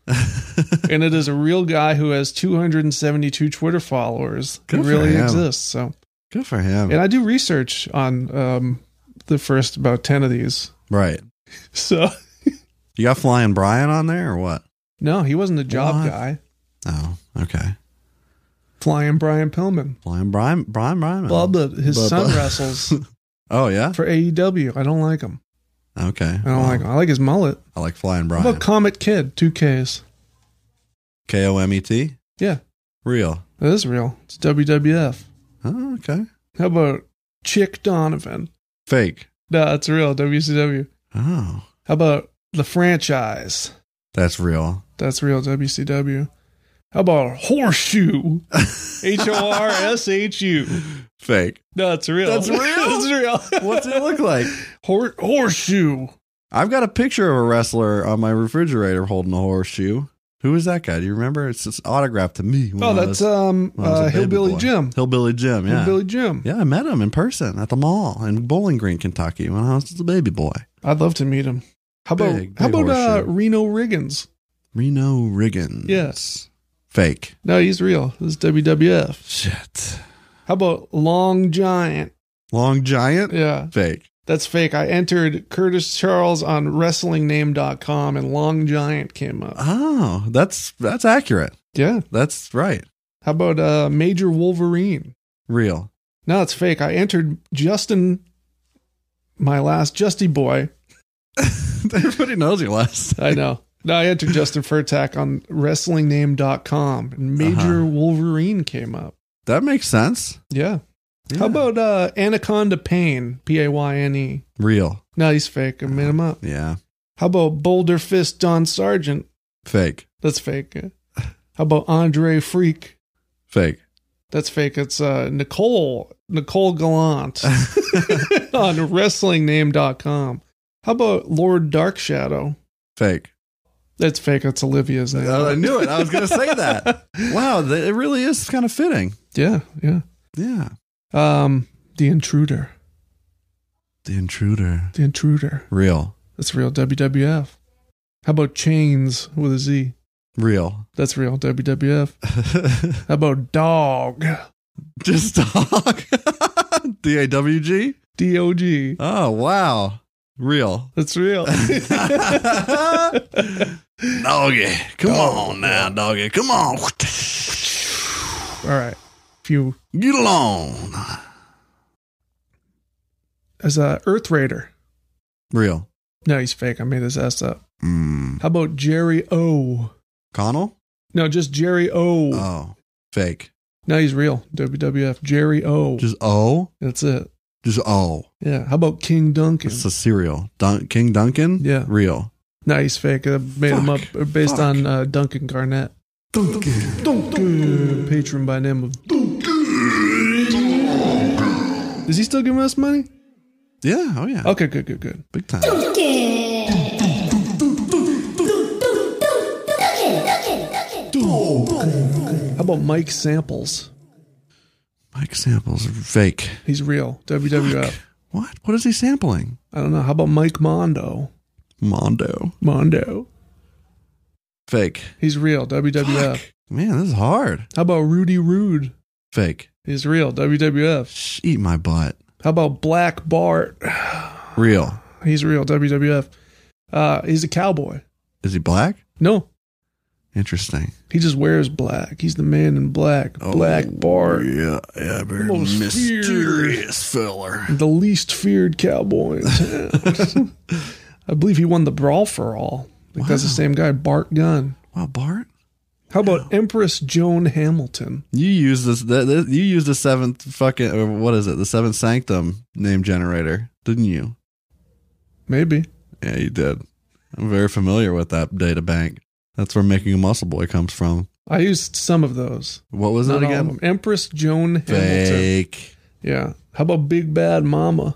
S1: and it is a real guy who has 272 Twitter followers.
S3: Good
S1: he
S3: for
S1: really
S3: him.
S1: exists. So,
S3: Good for him.
S1: and I do research on um, the first about 10 of these.
S3: Right.
S1: So,
S3: You got Flying Brian on there or what?
S1: no, he wasn't a job
S3: What?
S1: guy.
S3: Oh, okay.
S1: Flying Brian Pillman.
S3: Flying Brian, Brian, Brian.
S1: Bubba, his
S3: Bubba.
S1: son wrestles
S3: Oh, yeah.
S1: for AEW. I don't like him.
S3: Okay.
S1: I don't
S3: Well,
S1: like him. I like his mullet.
S3: I like Flying
S1: How
S3: Brian.
S1: about Comet Kid? Two Ks.
S3: K O M E T.
S1: Yeah,
S3: Real.
S1: that is real. It's WWF.
S3: Oh, okay.
S1: How about Chick Donovan?
S3: Fake.
S1: No, it's real. WCW.
S3: Oh,
S1: How about the franchise?
S3: that's real.
S1: That's real. WCW. How about Horseshoe? H O R S H U.
S3: Fake.
S1: No, it's real.
S3: That's real?
S1: That's real.
S3: What's it look like?
S1: Hor- horseshoe. Oh,
S3: I've got a picture of a wrestler on my refrigerator holding a horseshoe. Who is that guy? Do you remember? It's it's autographed to me. when
S1: Oh,
S3: I
S1: that's
S3: was-
S1: um
S3: when I was a
S1: uh,
S3: baby
S1: Hillbilly
S3: boy.
S1: Jim.
S3: Hillbilly Jim, yeah.
S1: Hillbilly Jim.
S3: Yeah, I met him in person at the mall in Bowling Green, Kentucky when I was a baby boy.
S1: I'd love to meet him. How about
S3: Big,
S1: how
S3: big
S1: about uh,
S3: horseshoe.
S1: Reno Riggins?
S3: Reno Riggins.
S1: Yes.
S3: Fake.
S1: No, he's real. This is WWF.
S3: Shit.
S1: How about Long Giant?
S3: Long Giant?
S1: Yeah,
S3: Fake.
S1: that's fake. I entered Curtis Charles on WrestlingName.com and Long Giant came up.
S3: Oh, that's that's accurate.
S1: Yeah.
S3: That's right.
S1: How about uh, Major Wolverine?
S3: Real.
S1: No, it's fake. I entered Justin, my last Justy boy.
S3: Everybody knows your last.
S1: I know. No, I entered Justin Furtak on WrestlingName.com and Major
S3: Uh-huh.
S1: Wolverine came up.
S3: That makes sense.
S1: Yeah. How
S3: Yeah.
S1: about uh, Anaconda Payne? P A Y N E.
S3: real?
S1: No, he's fake. I made him up.
S3: Yeah.
S1: How about Boulder Fist Don Sargent?
S3: Fake.
S1: That's fake. How about Andre Freak?
S3: Fake.
S1: That's fake. It's uh, Nicole, Nicole Gallant on WrestlingName.com. How about Lord Dark Shadow?
S3: Fake.
S1: That's fake. That's Olivia's name.
S3: Oh, I knew it. I was going to say that. Wow, that, it really is kind of fitting.
S1: Yeah, yeah.
S3: Yeah.
S1: Um, The Intruder.
S3: The intruder.
S1: The Intruder.
S3: Real.
S1: That's real WWF. How about Chains with a Z?
S3: Real.
S1: That's real WWF. How about Dog?
S3: Just dog. D A W G.
S1: D O G.
S3: Oh wow, real.
S1: That's real.
S3: doggy, come on now, doggy, come on.
S1: All right. If you
S3: Get along.
S1: as a Earth Raider.
S3: Real.
S1: No, he's fake. I made his ass up.
S3: Mm.
S1: How about Jerry O?
S3: Connell.
S1: No, just Jerry O.
S3: Oh, fake.
S1: no, he's real. WWF Jerry O.
S3: Just oh,
S1: That's it.
S3: just oh.
S1: Yeah. How about King Duncan?
S3: It's a cereal. Dun- King Duncan.
S1: Yeah.
S3: Real.
S1: no, he's fake. I made him up
S3: Fuck.
S1: uh, based
S3: Fuck.
S1: on uh, Duncan Garnett,
S2: Duncan.
S1: Good patron by name of. Is he still giving us money?
S3: Yeah. Oh yeah.
S1: Okay, good, good, good.
S3: Big time.
S1: How about Mike Samples?
S3: Mike samples are fake.
S1: He's real. WWF.
S3: What? What is he sampling?
S1: I don't know. How about Mike Mondo?
S3: Mondo.
S1: Mondo.
S3: Fake.
S1: He's real. WWF.
S3: Fuck. Man, this is hard.
S1: How about Rudy Rude?
S3: Fake.
S1: He's real. WWF.
S3: Shh, Eat my butt.
S1: How about Black Bart?
S3: Real.
S1: He's real. WWF. Uh, he's a cowboy.
S3: Is he black?
S1: No,
S3: Interesting.
S1: he just wears black. He's the man in black. Black Bart.
S3: Oh, Yeah, yeah, very
S1: Most mysterious
S3: feller.
S1: The least feared cowboy in town. I believe he won the Brawl for All. I think That's the
S3: Wow.
S1: same guy, Bart Gunn.
S3: Wow, Bart,
S1: How about Empress Joan Hamilton?
S3: you use this. The, the, you use the seventh fucking or what is it? The seventh sanctum name generator, didn't you?
S1: Maybe.
S3: Yeah, you did. I'm very familiar with that data bank. That's where making a muscle boy comes from.
S1: I used some of those.
S3: What was
S1: Not
S3: it
S1: all of
S3: again?
S1: them. Empress Joan Hamilton.
S3: Fake.
S1: Yeah. How about Big Bad Mama?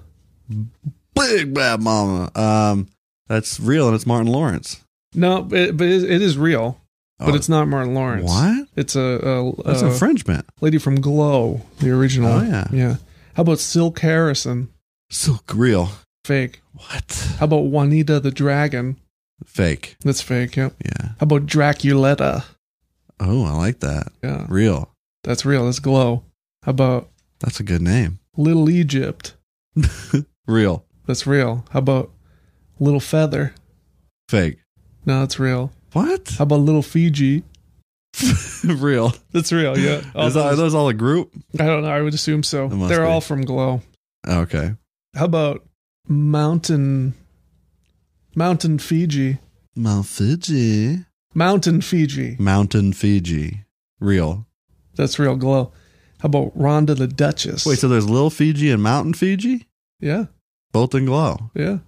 S3: Big bad mama. Um, that's real, and it's Martin Lawrence.
S1: No, but, but it, it is real. But
S3: Oh.
S1: it's not Martin Lawrence. Oh.
S3: What?
S1: It's a, a,
S3: That's
S1: a
S3: infringement.
S1: lady from Glow, the original.
S3: Oh, yeah.
S1: yeah. How about Silk Harrison?
S3: Silk real.
S1: Fake.
S3: What?
S1: How about Juanita the Dragon?
S3: Fake.
S1: That's fake. Yep.
S3: Yeah.
S1: How about Draculetta?
S3: Oh, I like that.
S1: Yeah,
S3: Real.
S1: that's real. That's Glow. How about
S3: That's a good name.
S1: Little Egypt?
S3: Real.
S1: That's real. How about Little Feather?
S3: Fake.
S1: No, that's real.
S3: What?
S1: How about Little Fiji?
S3: real.
S1: That's real. Yeah. All
S3: Is that, are
S1: those-
S3: those all a group?
S1: I don't know. I would assume so.
S3: It must
S1: They're
S3: be.
S1: all from Glow.
S3: Okay.
S1: How about Mountain Mountain Fiji?
S3: Mount Fiji.
S1: Mountain Fiji.
S3: Mountain Fiji. Real.
S1: That's real glow. How about Rhonda the Duchess?
S3: Wait, so there's Little Fiji and Mountain Fiji?
S1: yeah,
S3: Both in glow.
S1: yeah.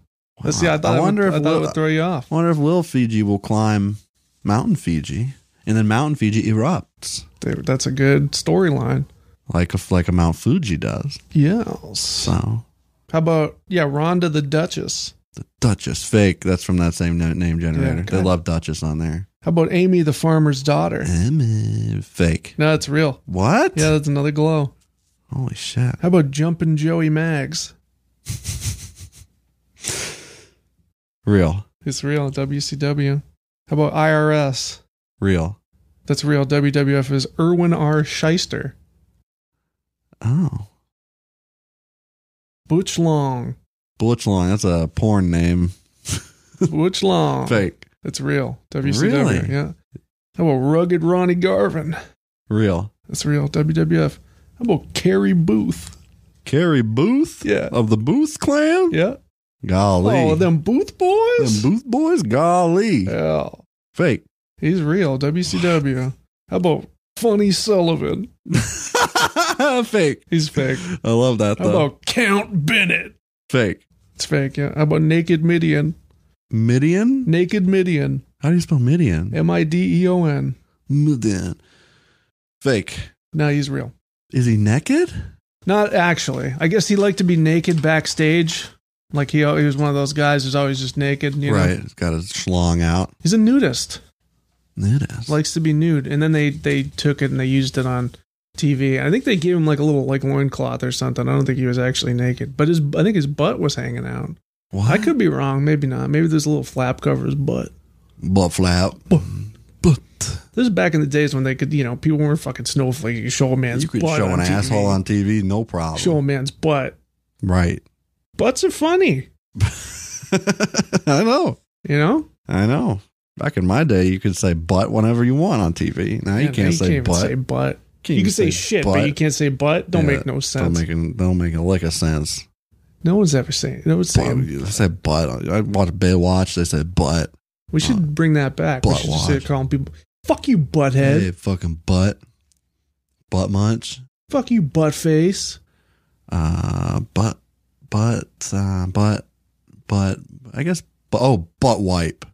S1: Let's see. I thought I,
S3: wonder
S1: would,
S3: if
S1: I thought it
S3: Lil-
S1: would throw you off.
S3: I wonder if Little Fiji will climb Mountain Fiji and then Mountain Fiji erupts
S1: They- That's a good storyline.
S3: like a, like a Mount Fuji does.
S1: Yes.
S3: So
S1: How about yeah, Rhonda the Duchess?
S3: the Duchess fake. That's from that same na- name generator.
S1: okay.
S3: They love Duchess on there.
S1: How about Amy, the farmer's daughter?
S3: Emma. Fake.
S1: No, that's real.
S3: What?
S1: Yeah, that's another glow.
S3: Holy shit.
S1: How about Jumpin' Joey Mags?
S3: Real.
S1: It's real. WCW. How about IRS?
S3: Real.
S1: That's real. WWF is Irwin R. Shyster.
S3: Oh.
S1: Butch Long.
S3: Butch Long. That's a porn name.
S1: Butch Long.
S3: Fake.
S1: That's real. WCW.
S3: Really?
S1: Yeah. How about Rugged Ronnie Garvin?
S3: Real.
S1: That's real. WWF. How about Carrie Booth?
S3: Carrie Booth?
S1: Yeah.
S3: Of the Booth clan?
S1: Yeah.
S3: Golly.
S1: Oh, them Booth boys?
S3: Them Booth boys? Golly.
S1: yeah.
S3: Fake.
S1: He's real. WCW. How about Funny Sullivan?
S3: fake.
S1: He's fake.
S3: I love that
S1: How
S3: though.
S1: about Count Bennett?
S3: fake.
S1: It's fake. Yeah. How about Naked Midian?
S3: Midian?
S1: Naked Midian.
S3: How do you spell Midian?
S1: M I D E O N.
S3: Midian. Fake.
S1: No, he's real.
S3: Is he naked?
S1: Not actually. I guess he liked to be naked backstage. Like he, he was one of those guys who's always just naked. You know?
S3: Right. He's got his schlong out.
S1: He's a nudist.
S3: It is.
S1: Likes to be nude. And then they they took it and they used it on TV. I think they gave him like a little like loincloth or something. I don't think he was actually naked, but his I think his butt was hanging out.
S3: what?
S1: I could be wrong. Maybe not. Maybe there's a little flap cover his butt.
S3: butt flap. But
S1: This is back in the days when they could, you know, people weren't fucking snowflake. You could show a man's
S3: you could
S1: butt
S3: show
S1: on
S3: an
S1: TV.
S3: asshole on TV, no problem.
S1: Show a man's butt.
S3: Right.
S1: Butts are funny,
S3: I know.
S1: you know.
S3: I know. Back in my day, you could say butt whenever you want on TV. Now you
S1: Yeah,
S3: can't say
S1: even
S3: butt.
S1: say butt.
S3: Can't
S1: you
S3: even
S1: can say, shit, but
S3: butt.
S1: you can't say butt. Don't
S3: Yeah,
S1: make no
S3: Don't
S1: sense.
S3: make a, don't make a lick of sense.
S1: no one's ever saying. No one's
S3: Butt,
S1: saying.
S3: they said butt. I watched Baywatch. They said butt.
S1: We should bring that back. We
S3: butt
S1: should just say
S3: watch.
S1: calling people, "Fuck you, butthead.
S3: Hey, fucking butt. Butt munch.
S1: Fuck you, butt face."
S3: Uh, butt, butt, uh, butt, butt. I guess. But, oh, butt wipe.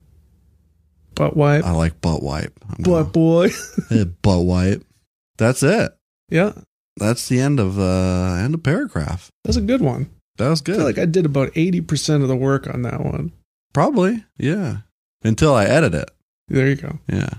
S1: Butt wipe.
S3: I like butt wipe. I'm
S1: butt boy.
S3: gonna- hey, butt wipe. That's it.
S1: yeah,
S3: That's the end of uh end of paragraph.
S1: that's a good one.
S3: That was
S1: I
S3: good.
S1: feel like I did about eighty percent of the work on that one.
S3: Probably. Yeah. Until I edit it.
S1: There you go.
S3: Yeah.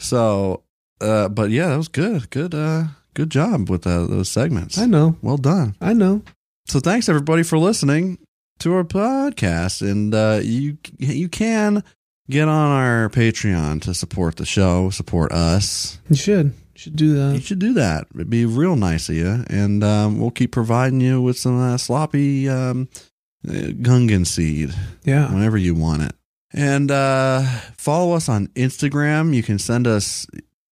S3: So, uh, but yeah, that was good. Good, uh, good job with uh, those segments.
S1: I know.
S3: Well done.
S1: I know.
S3: So thanks everybody for listening to our podcast, and uh, you you can get on our Patreon to support the show, support us.
S1: You should. You should do
S3: You
S1: that.
S3: should do that. It'd be real nice of you, and um, we'll keep providing you with some uh, sloppy um, uh, Gungan seed
S1: Yeah.
S3: whenever you want it. And uh, follow us on Instagram. You can send us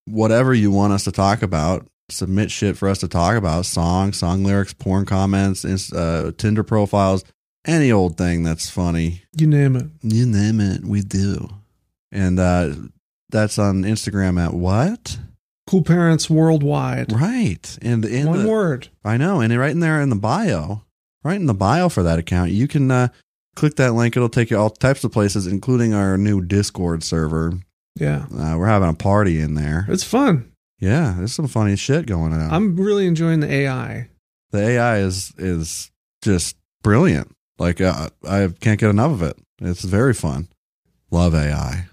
S3: whatever you want us to talk about. Submit shit for us to talk about songs, song lyrics, porn comments, ins- uh, Tinder profiles, any old thing that's funny.
S1: You name it.
S3: You name it, we do. And uh, that's on Instagram at what?
S1: Cool parents worldwide.
S3: Right. And in
S1: one
S3: the,
S1: word.
S3: I know, and right in there in the bio, right in the bio for that account, you can uh, click that link. It'll take you all types of places, including our new Discord server.
S1: Yeah.
S3: Uh, we're having a party in there.
S1: It's fun.
S3: Yeah, there's some funny shit going on.
S1: I'm really enjoying the AI.
S3: the AI is is just brilliant. Like uh, I can't get enough of it. It's very fun. Love AI.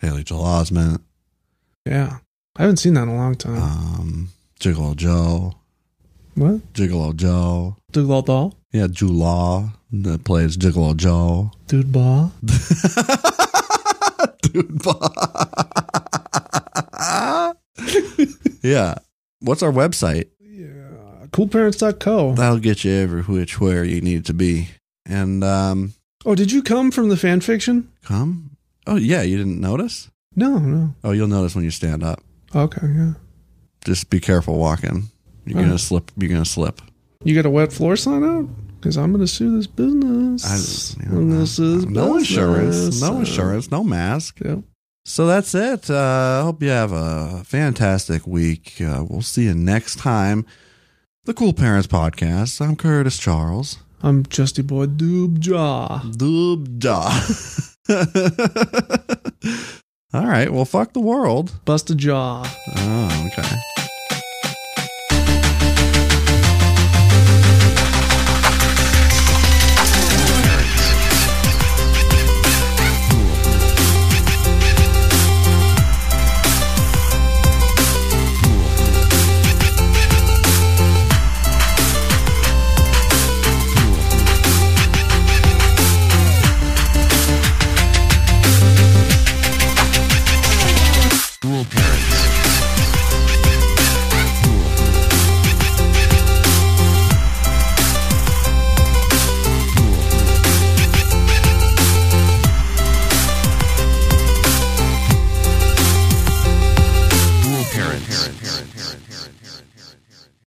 S3: Haley Joel Osment,
S1: Yeah. I haven't seen that in a long time.
S3: um, Gigolo Joe,
S1: what?
S3: Gigolo Joe.
S1: Doodle doll?
S3: Yeah, Jew Law that plays Gigolo Joe.
S1: Dude ball?
S3: Dude, Bob. yeah. What's our website?
S1: Yeah. Coolparents.co.
S3: That'll get you every which where you need to be. And um,
S1: oh, did you come from the fan fiction?
S3: come. Oh yeah, you didn't notice.
S1: No, no.
S3: Oh, you'll notice when you stand up.
S1: Okay, yeah.
S3: Just be careful walking. You're gonna
S1: Oh.
S3: slip. You're gonna slip.
S1: You got a wet floor sign out? Because I'm going to sue this business.
S3: I-
S1: And this is
S3: no insurance.
S1: business.
S3: No insurance. No mask.
S1: Yeah.
S3: So that's it. Uh, I hope you have a fantastic week. Uh, we'll see you next time. The Cool Parents Podcast. I'm Curtis Charles.
S1: I'm Justy Boy Doob Jaw.
S3: Doob da. All right. Well, fuck the world.
S1: Bust a jaw.
S3: Oh, okay. parents.